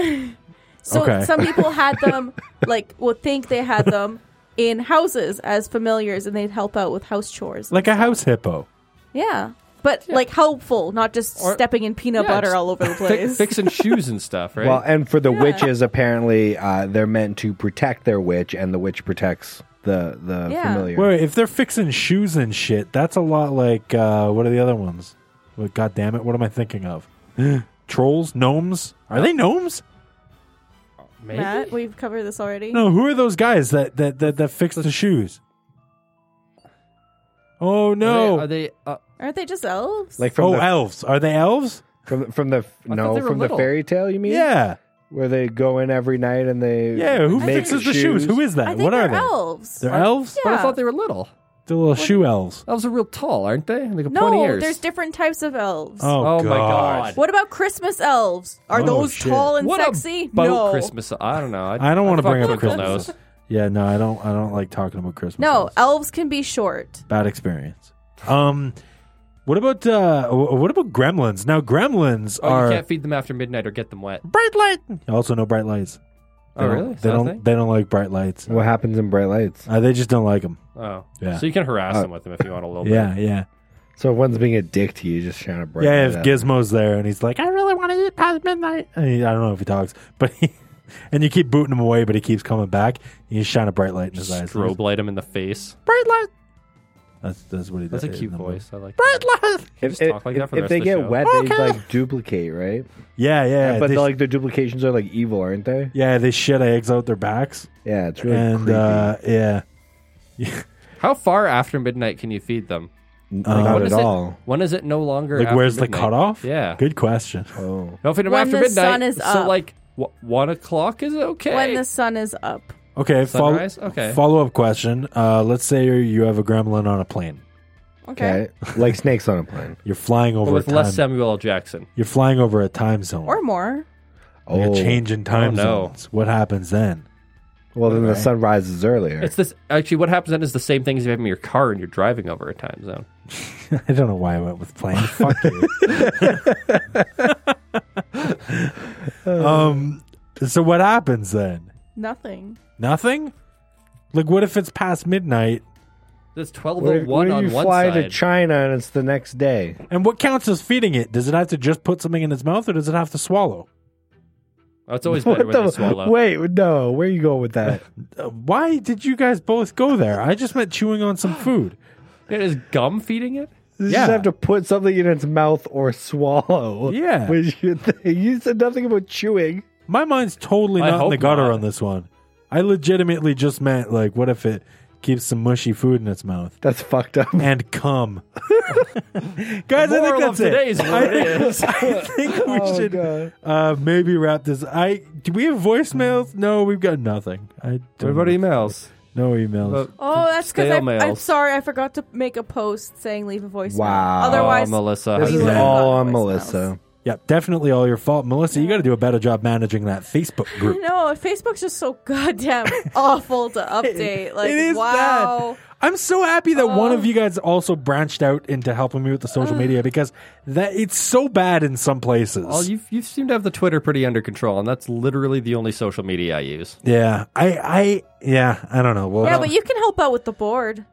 So
Okay.
some people had them, like, will think they had them in houses as familiars, and they'd help out with house chores.
like a house hippo
yeah, but like helpful, not just
Or-
stepping in peanut
Yeah,
butter
just
all over the
Fi-
place.
fixing shoes and stuff, right?
Well, and for the witches, apparently uh, they're meant to protect their witch, and the witch protects the the
Yeah.
familiar.
Wait, if they're fixing shoes and shit, that's a lot like uh, what are the other ones? Well, God damn it, what am I thinking of? Trolls, gnomes? Are they gnomes?
Maybe.
Matt, we've covered this already.
No, who are those guys that that that, that fix the shoes? Oh no!
Are they? Are they uh,
Aren't they just elves?
Like from
oh,
the
elves. Are they elves?
from from the
they
no
were
from
little.
the fairy tale. You mean
Yeah,
where they go in every night and they
yeah. Who
make
fixes the shoes? Who is
I
that?
think
What
they're
are they?
elves.
They're elves.
But I
Yeah.
thought they were little.
They're little shoe elves.
Elves are real tall, aren't they? Like
no,
pointy ears.
there's different types of elves.
Oh,
Oh my God.
What about Christmas elves? Are
Oh,
those
shit.
tall and
what
sexy?
about
no.
Christmas? I don't know.
I don't want to
fuck
bring up
Twinkle
Christmas.
Knows.
Yeah, no, I don't. I don't like talking about Christmas.
No,
elves.
elves can be short.
bad experience. Um, what about uh, wh- what about gremlins? Now gremlins
Oh,
are
you can't feed them after midnight or get them wet.
bright light. Also, no bright lights. They
Oh,
don't-
really? Is
They
that a
don't.
thing?
They don't like bright lights.
What happens in bright lights?
Uh, they just don't like them.
Oh,
Yeah.
So you can harass
Uh,
them with them if you want a little bit.
Yeah, yeah,
So if one's being a dick to you, just trying to brighten
yeah.
it
If
up.
Gizmo's there and he's like, "I really want to eat past midnight," and he, I don't know if he talks, but he, and you keep booting him away, but he keeps coming back. And you shine a bright light in his eyes.
Strobe light them in the face.
bright light. That's that's what he does.
That's a cute
in the movie.
voice. I like.
Bright light.
if,
just talk like that
if-
for
if
the rest
they
of the
get
show.
wet,
Okay.
they like duplicate, right?
Yeah, yeah.
but
they
they're,
sh-
like the duplications are like evil, aren't they?
yeah, they shit eggs out their backs,
Yeah, it's really
and
creepy.
uh, yeah.
How far after midnight can you feed them?
Not
uh,
when
at
is it-
all.
When is it no longer?
Like,
after
where's the
midnight?
cutoff?
Yeah.
Good question.
Oh,
Don't feed them
When
after
the
midnight.
sun is
so
up.
like wh- one o'clock is okay.
When the sun is up.
Okay. Follow,
Sunrise? Okay.
Follow up question. Uh, let's say you're, you have a gremlin on a plane.
Okay.
okay. like snakes on a plane.
You're flying
But
over a
with
time.
less Samuel L. Jackson.
you're flying over a time zone.
Or more.
Oh,
You're changing time
Oh, no.
zones. What happens then?
Well, then the sun rises earlier.
It's this. Actually, what happens then is the same thing as if you have in your car and you're driving over a time zone.
I don't know why I went with plane. Fuck you. um. So what happens then?
Nothing.
Nothing. Like, what if it's past midnight?
There's twelve
Where,
oh one
where
on
you
one
fly to
side.
China and it's the next day.
And what counts as feeding it? Does it have to just put something in its mouth, or does it have to swallow?
oh, it's always better when they swallow.
Wait, no. Where you going with that?
Uh, why did you guys both go there? I just meant chewing on some food.
Yeah, Is gum feeding it?
You
Yeah.
just have to put something in its mouth or swallow.
Yeah.
Which you, think. you said nothing about chewing.
My mind's totally
I
not in the
hope
gutter
not.
on this one. I legitimately just meant like, what if it keeps some mushy food in its mouth
That's fucked up.
and cum? guys, I think
Moral
that's
of today
it.
is what it is.
I think we
Oh,
should
God.
uh, maybe wrap this. I do we have voicemails?
Hmm.
No, we've got nothing. I
What
don't
about emails?
no emails.
About-
Oh, that's because
Snail
I'm, I'm
mails.
sorry. I forgot to make a post saying leave a voicemail.
Wow.
Otherwise,
oh, Melissa,
This
how
is
you
Yeah.
all on
Voicemails.
Melissa.
yeah, definitely all your fault, Melissa. You got to do a better job managing that Facebook group.
no, Facebook's just so goddamn awful to update. Like,
it is
wow. Um,
bad. I'm so happy that one of you guys also branched out into helping me with the social
uh.
media because that it's so bad in some places.
Well, you you seem to have the Twitter pretty under control, and that's literally the only social media I use.
yeah, I, I, yeah, I don't know. Well,
Yeah, but you can help out with the board.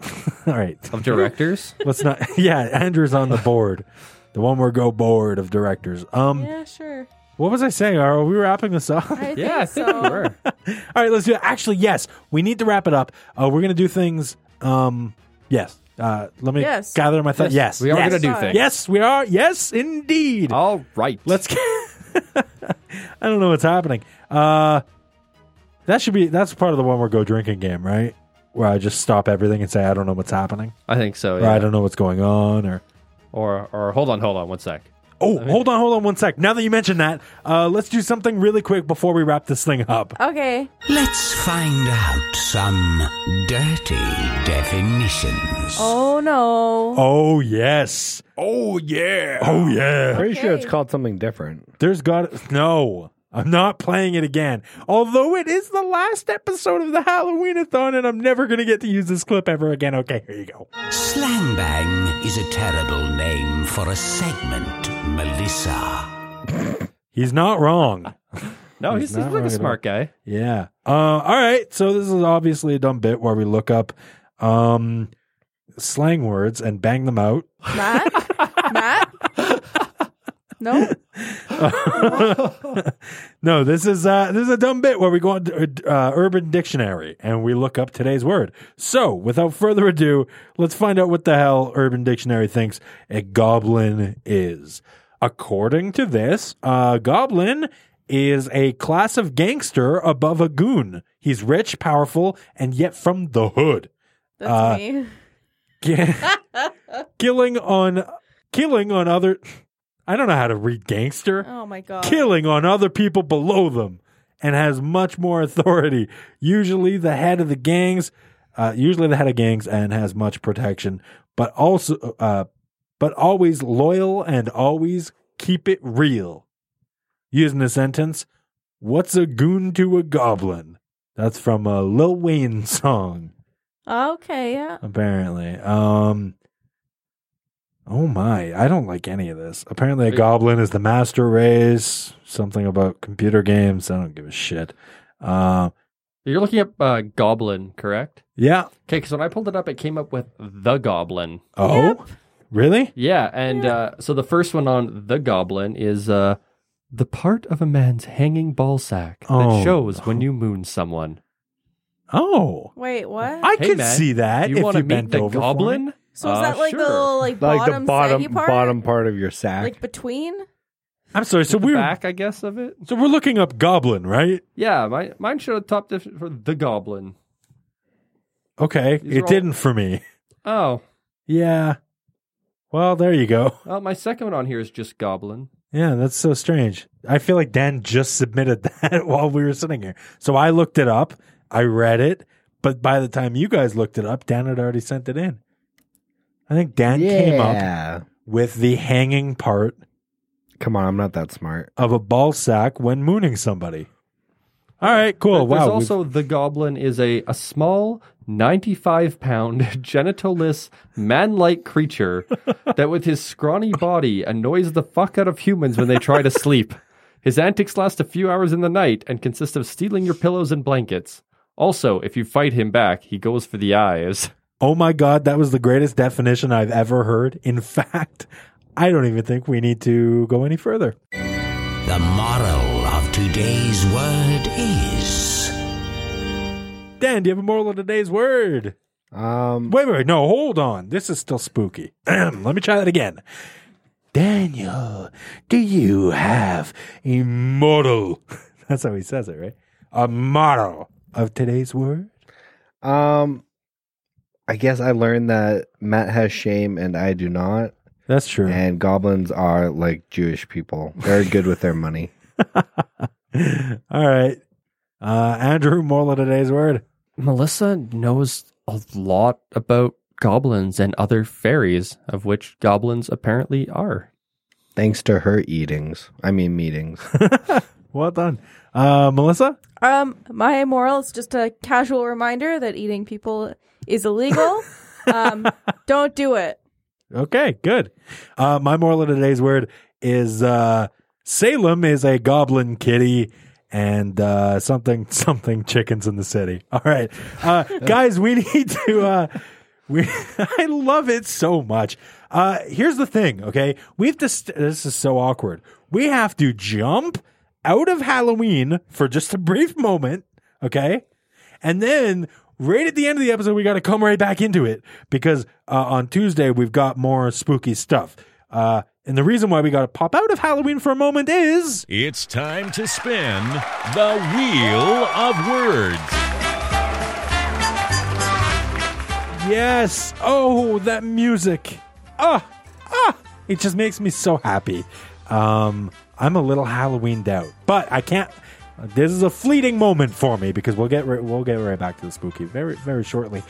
all right.
Of directors,
Let's not. Yeah, Andrew's on the board, the one where go board of directors. Um,
Yeah, sure.
what was I saying? Are we wrapping this up?
I
yeah, I
think
think
so.
you were.
All right, let's do it. Actually, yes, we need to wrap it up. Uh, we're gonna do things. Um, yes. Uh, let me
Yes.
gather my thoughts. Yes,
we are
yes.
going to do
Sorry.
things.
Yes, we are. Yes, indeed.
All right.
Let's. Get, I don't know what's happening. Uh, that should be. That's part of the one where go drinking game, right? Where I just stop everything and say I don't know what's happening,
I think so.
or I
Yeah.
don't know what's going on, or
Or or hold on, hold on, one sec.
oh, hold on, hold on, one sec. Now that you mentioned that, uh, let's do something really quick before we wrap this thing up.
Okay.
Let's find out some dirty definitions.
Oh, no.
Oh yes. Oh yeah. Oh yeah.
Pretty sure it's called something different.
There's got no. I'm not playing it again. Although it is the last episode of the Halloweenathon, and I'm never going to get to use this clip ever again. Okay, here you go.
Slangbang is a terrible name for a segment, Melissa.
He's not wrong.
No,
He's not
he's, he's like
wrong
a
at
smart guy.
Yeah. Uh, all right. So this is obviously a dumb bit where we look up um, slang words and bang them out.
Matt? Matt? No?
No, this is uh, this is a dumb bit where we go on to, uh, Urban Dictionary and we look up today's word. So, without further ado, let's find out what the hell Urban Dictionary thinks a goblin is. According to this, a goblin is a class of gangster above a goon. He's rich, powerful, and yet from the hood.
That's
Uh,
me.
Ki- killing on killing on other I don't know how to read gangster
Oh my god.
killing on other people below them and has much more authority. Usually the head of the gangs, uh, usually the head of gangs and has much protection, but also, uh, but always loyal and always keep it real. Using the sentence, what's a goon to a goblin? That's from a Lil Wayne song,
Okay, yeah.
apparently. Um, oh my, I don't like any of this. Apparently, a goblin is the master race. Something about computer games. I don't give a shit. Uh,
You're looking up uh, Goblin, correct?
yeah.
Okay, because when I pulled it up, it came up with The Goblin.
Oh, really?
Yeah, and Uh, so the first one on The Goblin is uh, the part of a man's hanging ball sack
Oh.
that shows when you moon someone.
Oh,
Wait, what?
I
Hey,
could
man,
see that.
you
if
want to
you
meet
bent
the
over for me.
Goblin?
so is that
Uh,
like
sure.
the little like,
like
bottom,
the bottom
saggy part?
bottom part of your sack.
Like between?
I'm sorry. So
the
we're
back, I guess, of it.
so we're looking up goblin, right?
Yeah, my, mine showed a top diff for The Goblin.
Okay,
These
it
are all-
didn't for me.
Oh,
Yeah. Well, there you go.
well, my second one on here is just Goblin.
Yeah, that's so strange. I feel like Dan just submitted that while we were sitting here. So I looked it up, I read it, but by the time you guys looked it up, Dan had already sent it in. I think Dan came up
Yeah.
with the hanging part
Come on, I'm not that smart.
of a ball sack when mooning somebody. All right, cool.
But There's
Oh, wow. we've-
also the goblin is a, a small, 95 pound, genitalless, man like creature that, with his scrawny body, annoys the fuck out of humans when they try to sleep. His antics last a few hours in the night and consist of stealing your pillows and blankets. Also, if you fight him back, he goes for the eyes.
Oh my God, that was the greatest definition I've ever heard. In fact, I don't even think we need to go any further.
The moral of today's word is.
Dan, do you have a moral of today's word?
Um,
Wait, wait, wait. No, hold on. This is still spooky. Let me try that again. Daniel, do you have a model? That's how he says it, right? A model of today's word?
um, I guess I learned that Matt has shame and I do not.
That's true.
And goblins are like Jewish people. They're good with their money.
All right. Uh, Andrew, moral of today's word.
Melissa knows a lot about goblins and other fairies, of which goblins apparently are.
Thanks to her eatings. I mean meetings.
Well done. Uh, Melissa?
Um, my moral is just a casual reminder that eating people is illegal. um, don't do it.
Okay, good. Uh, my moral of today's word is uh, Salem is a goblin kitty and uh, something something chickens in the city. All right, uh, guys, we need to. Uh, we I love it so much. Uh, here's the thing, okay? We have to. St- this is so awkward. We have to jump out of Halloween for just a brief moment, okay? And then right at the end of the episode, we got to come right back into it because uh, on Tuesday, we've got more spooky stuff. Uh, and the reason why we got to pop out of Halloween for a moment is
It's time to spin the Wheel of Words.
yes. Oh, that music. Ah, ah. It just makes me so happy. Um, I'm a little Halloweened out, but I can't. This is a fleeting moment for me because we'll get right, we'll get right back to the spooky very very shortly.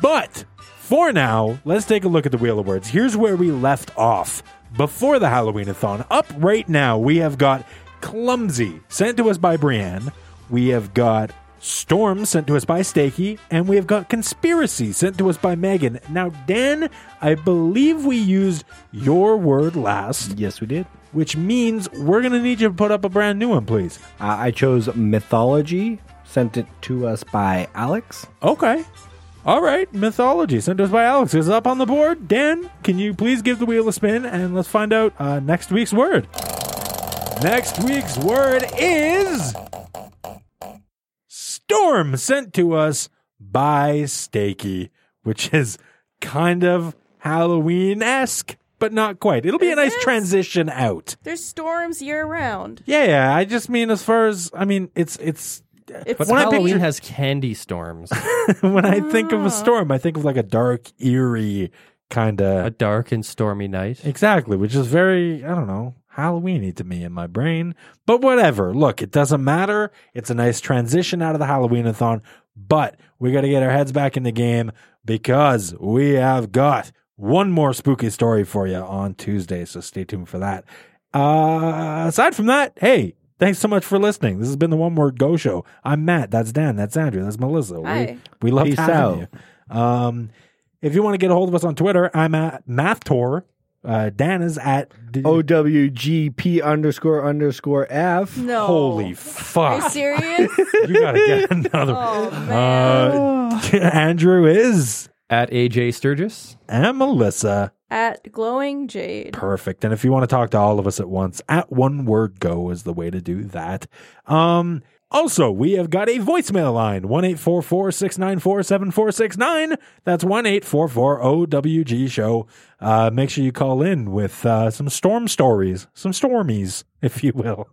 But for now, let's take a look at the Wheel of Words. Here's where we left off before the Halloweenathon. Up right now, we have got Clumsy sent to us by Brienne. We have got Storm sent to us by Stakey, and we have got Conspiracy sent to us by Megan. Now, Dan, I believe we used your word last
yes, we did.
which means we're going to need you to put up a brand new one, please.
Uh, I chose mythology. Sent it to us by Alex.
Okay. All right, mythology sent to us by Alex is up on the board. Dan, can you please give the wheel a spin and let's find out uh, next week's word? Next week's word is storm sent to us by Stakey, which is kind of Halloween esque, but not quite. It'll be a nice
Yes.
transition out.
There's storms year round.
Yeah, yeah. I just mean as far as I mean, it's it's
It's
But
When I
Halloween
picture-
has candy storms,
when I think of a storm, I think of like a dark, eerie kind
a
of
dark and stormy night.
exactly, which is very I don't know Halloweeny to me in my brain. But whatever. Look, it doesn't matter. It's a nice transition out of the Halloweenathon. But we got to get our heads back in the game because we have got one more spooky story for you on Tuesday. So stay tuned for that. Uh, aside from that, hey. Thanks so much for listening. This has been the One Word Go Show. I'm Matt. That's Dan. That's Andrew. That's Melissa.
Hi.
We, we love
Peace
having
out.
you. Um, if you want to get a hold of us on Twitter, I'm at MathTour. Uh, Dan is at D-
Oh.
OWGP underscore underscore F.
No.
Holy
Are you
fuck! Uh, You
serious?
gotta get another.
oh man.
Uh, Andrew is
At AJ Sturgis,
and Melissa.
At glowing jade.
Perfect. And if you want to talk to all of us at once, at one word go is the way to do that. Um, also, we have got a voicemail line 1 844 694 7469. That's 1 844 OWG show. Uh, make sure you call in with uh, some storm stories, some stormies, if you will.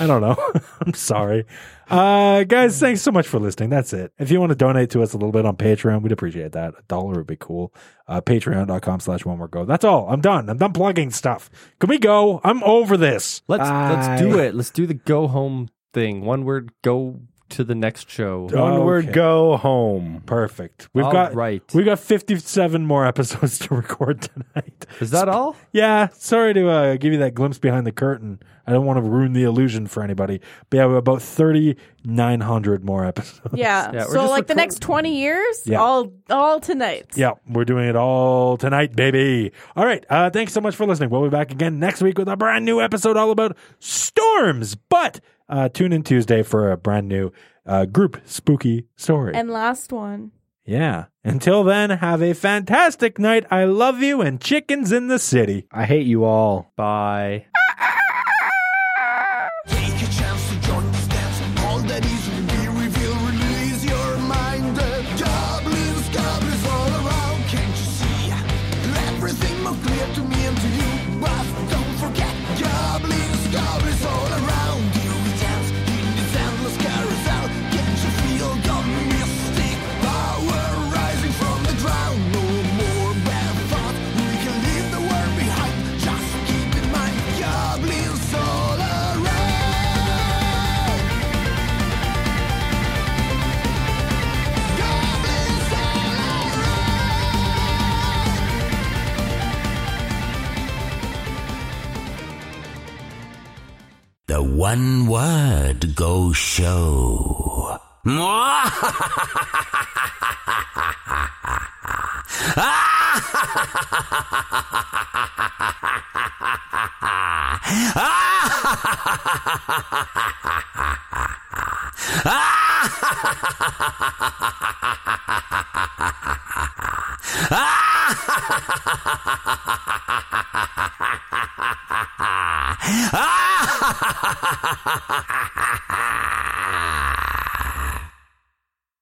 I don't know. I'm sorry. Uh, guys, thanks so much for listening. That's it. If you want to donate to us a little bit on Patreon, we'd appreciate that. A dollar would be cool. Uh, Patreon.com slash one more go. That's all. I'm done. I'm done plugging stuff. Can we go? I'm over this.
let's let's do
Bye.
it. Let's do the go home thing. One word. Go to the next show.
Oh,
One word
okay.
go home.
Perfect. We've
All
got
right.
We've got 57 more episodes to record tonight.
Is that all?
Yeah, sorry to uh, give you that glimpse behind the curtain. I don't want to ruin the illusion for anybody. But yeah, we have about 3,900 more episodes.
Yeah.
Yeah, we're
so
just
like the
record-
next twenty years,
Yeah.
all all tonight.
Yeah, we're doing it all tonight, baby. All right. Uh, thanks so much for listening. We'll be back again next week with a brand new episode all about storms. But uh, tune in Tuesday for a brand new uh, group spooky story.
And last one.
yeah. Until then, have a fantastic night. I love you and chickens in the city.
I hate you all.
Bye.
Take a chance to join the dance. All that is will be revealed. Release your mind. The goblins, goblins all around. Can't you see? Everything more clear to me and to you. But don't forget, goblins, goblins all around. Here we dance in this endless carousel. Can't you feel the mystic power rising from the ground? No more bad thought. We can leave the world behind. Just keep in mind, goblins all around. Goblins all around.
The one word go show.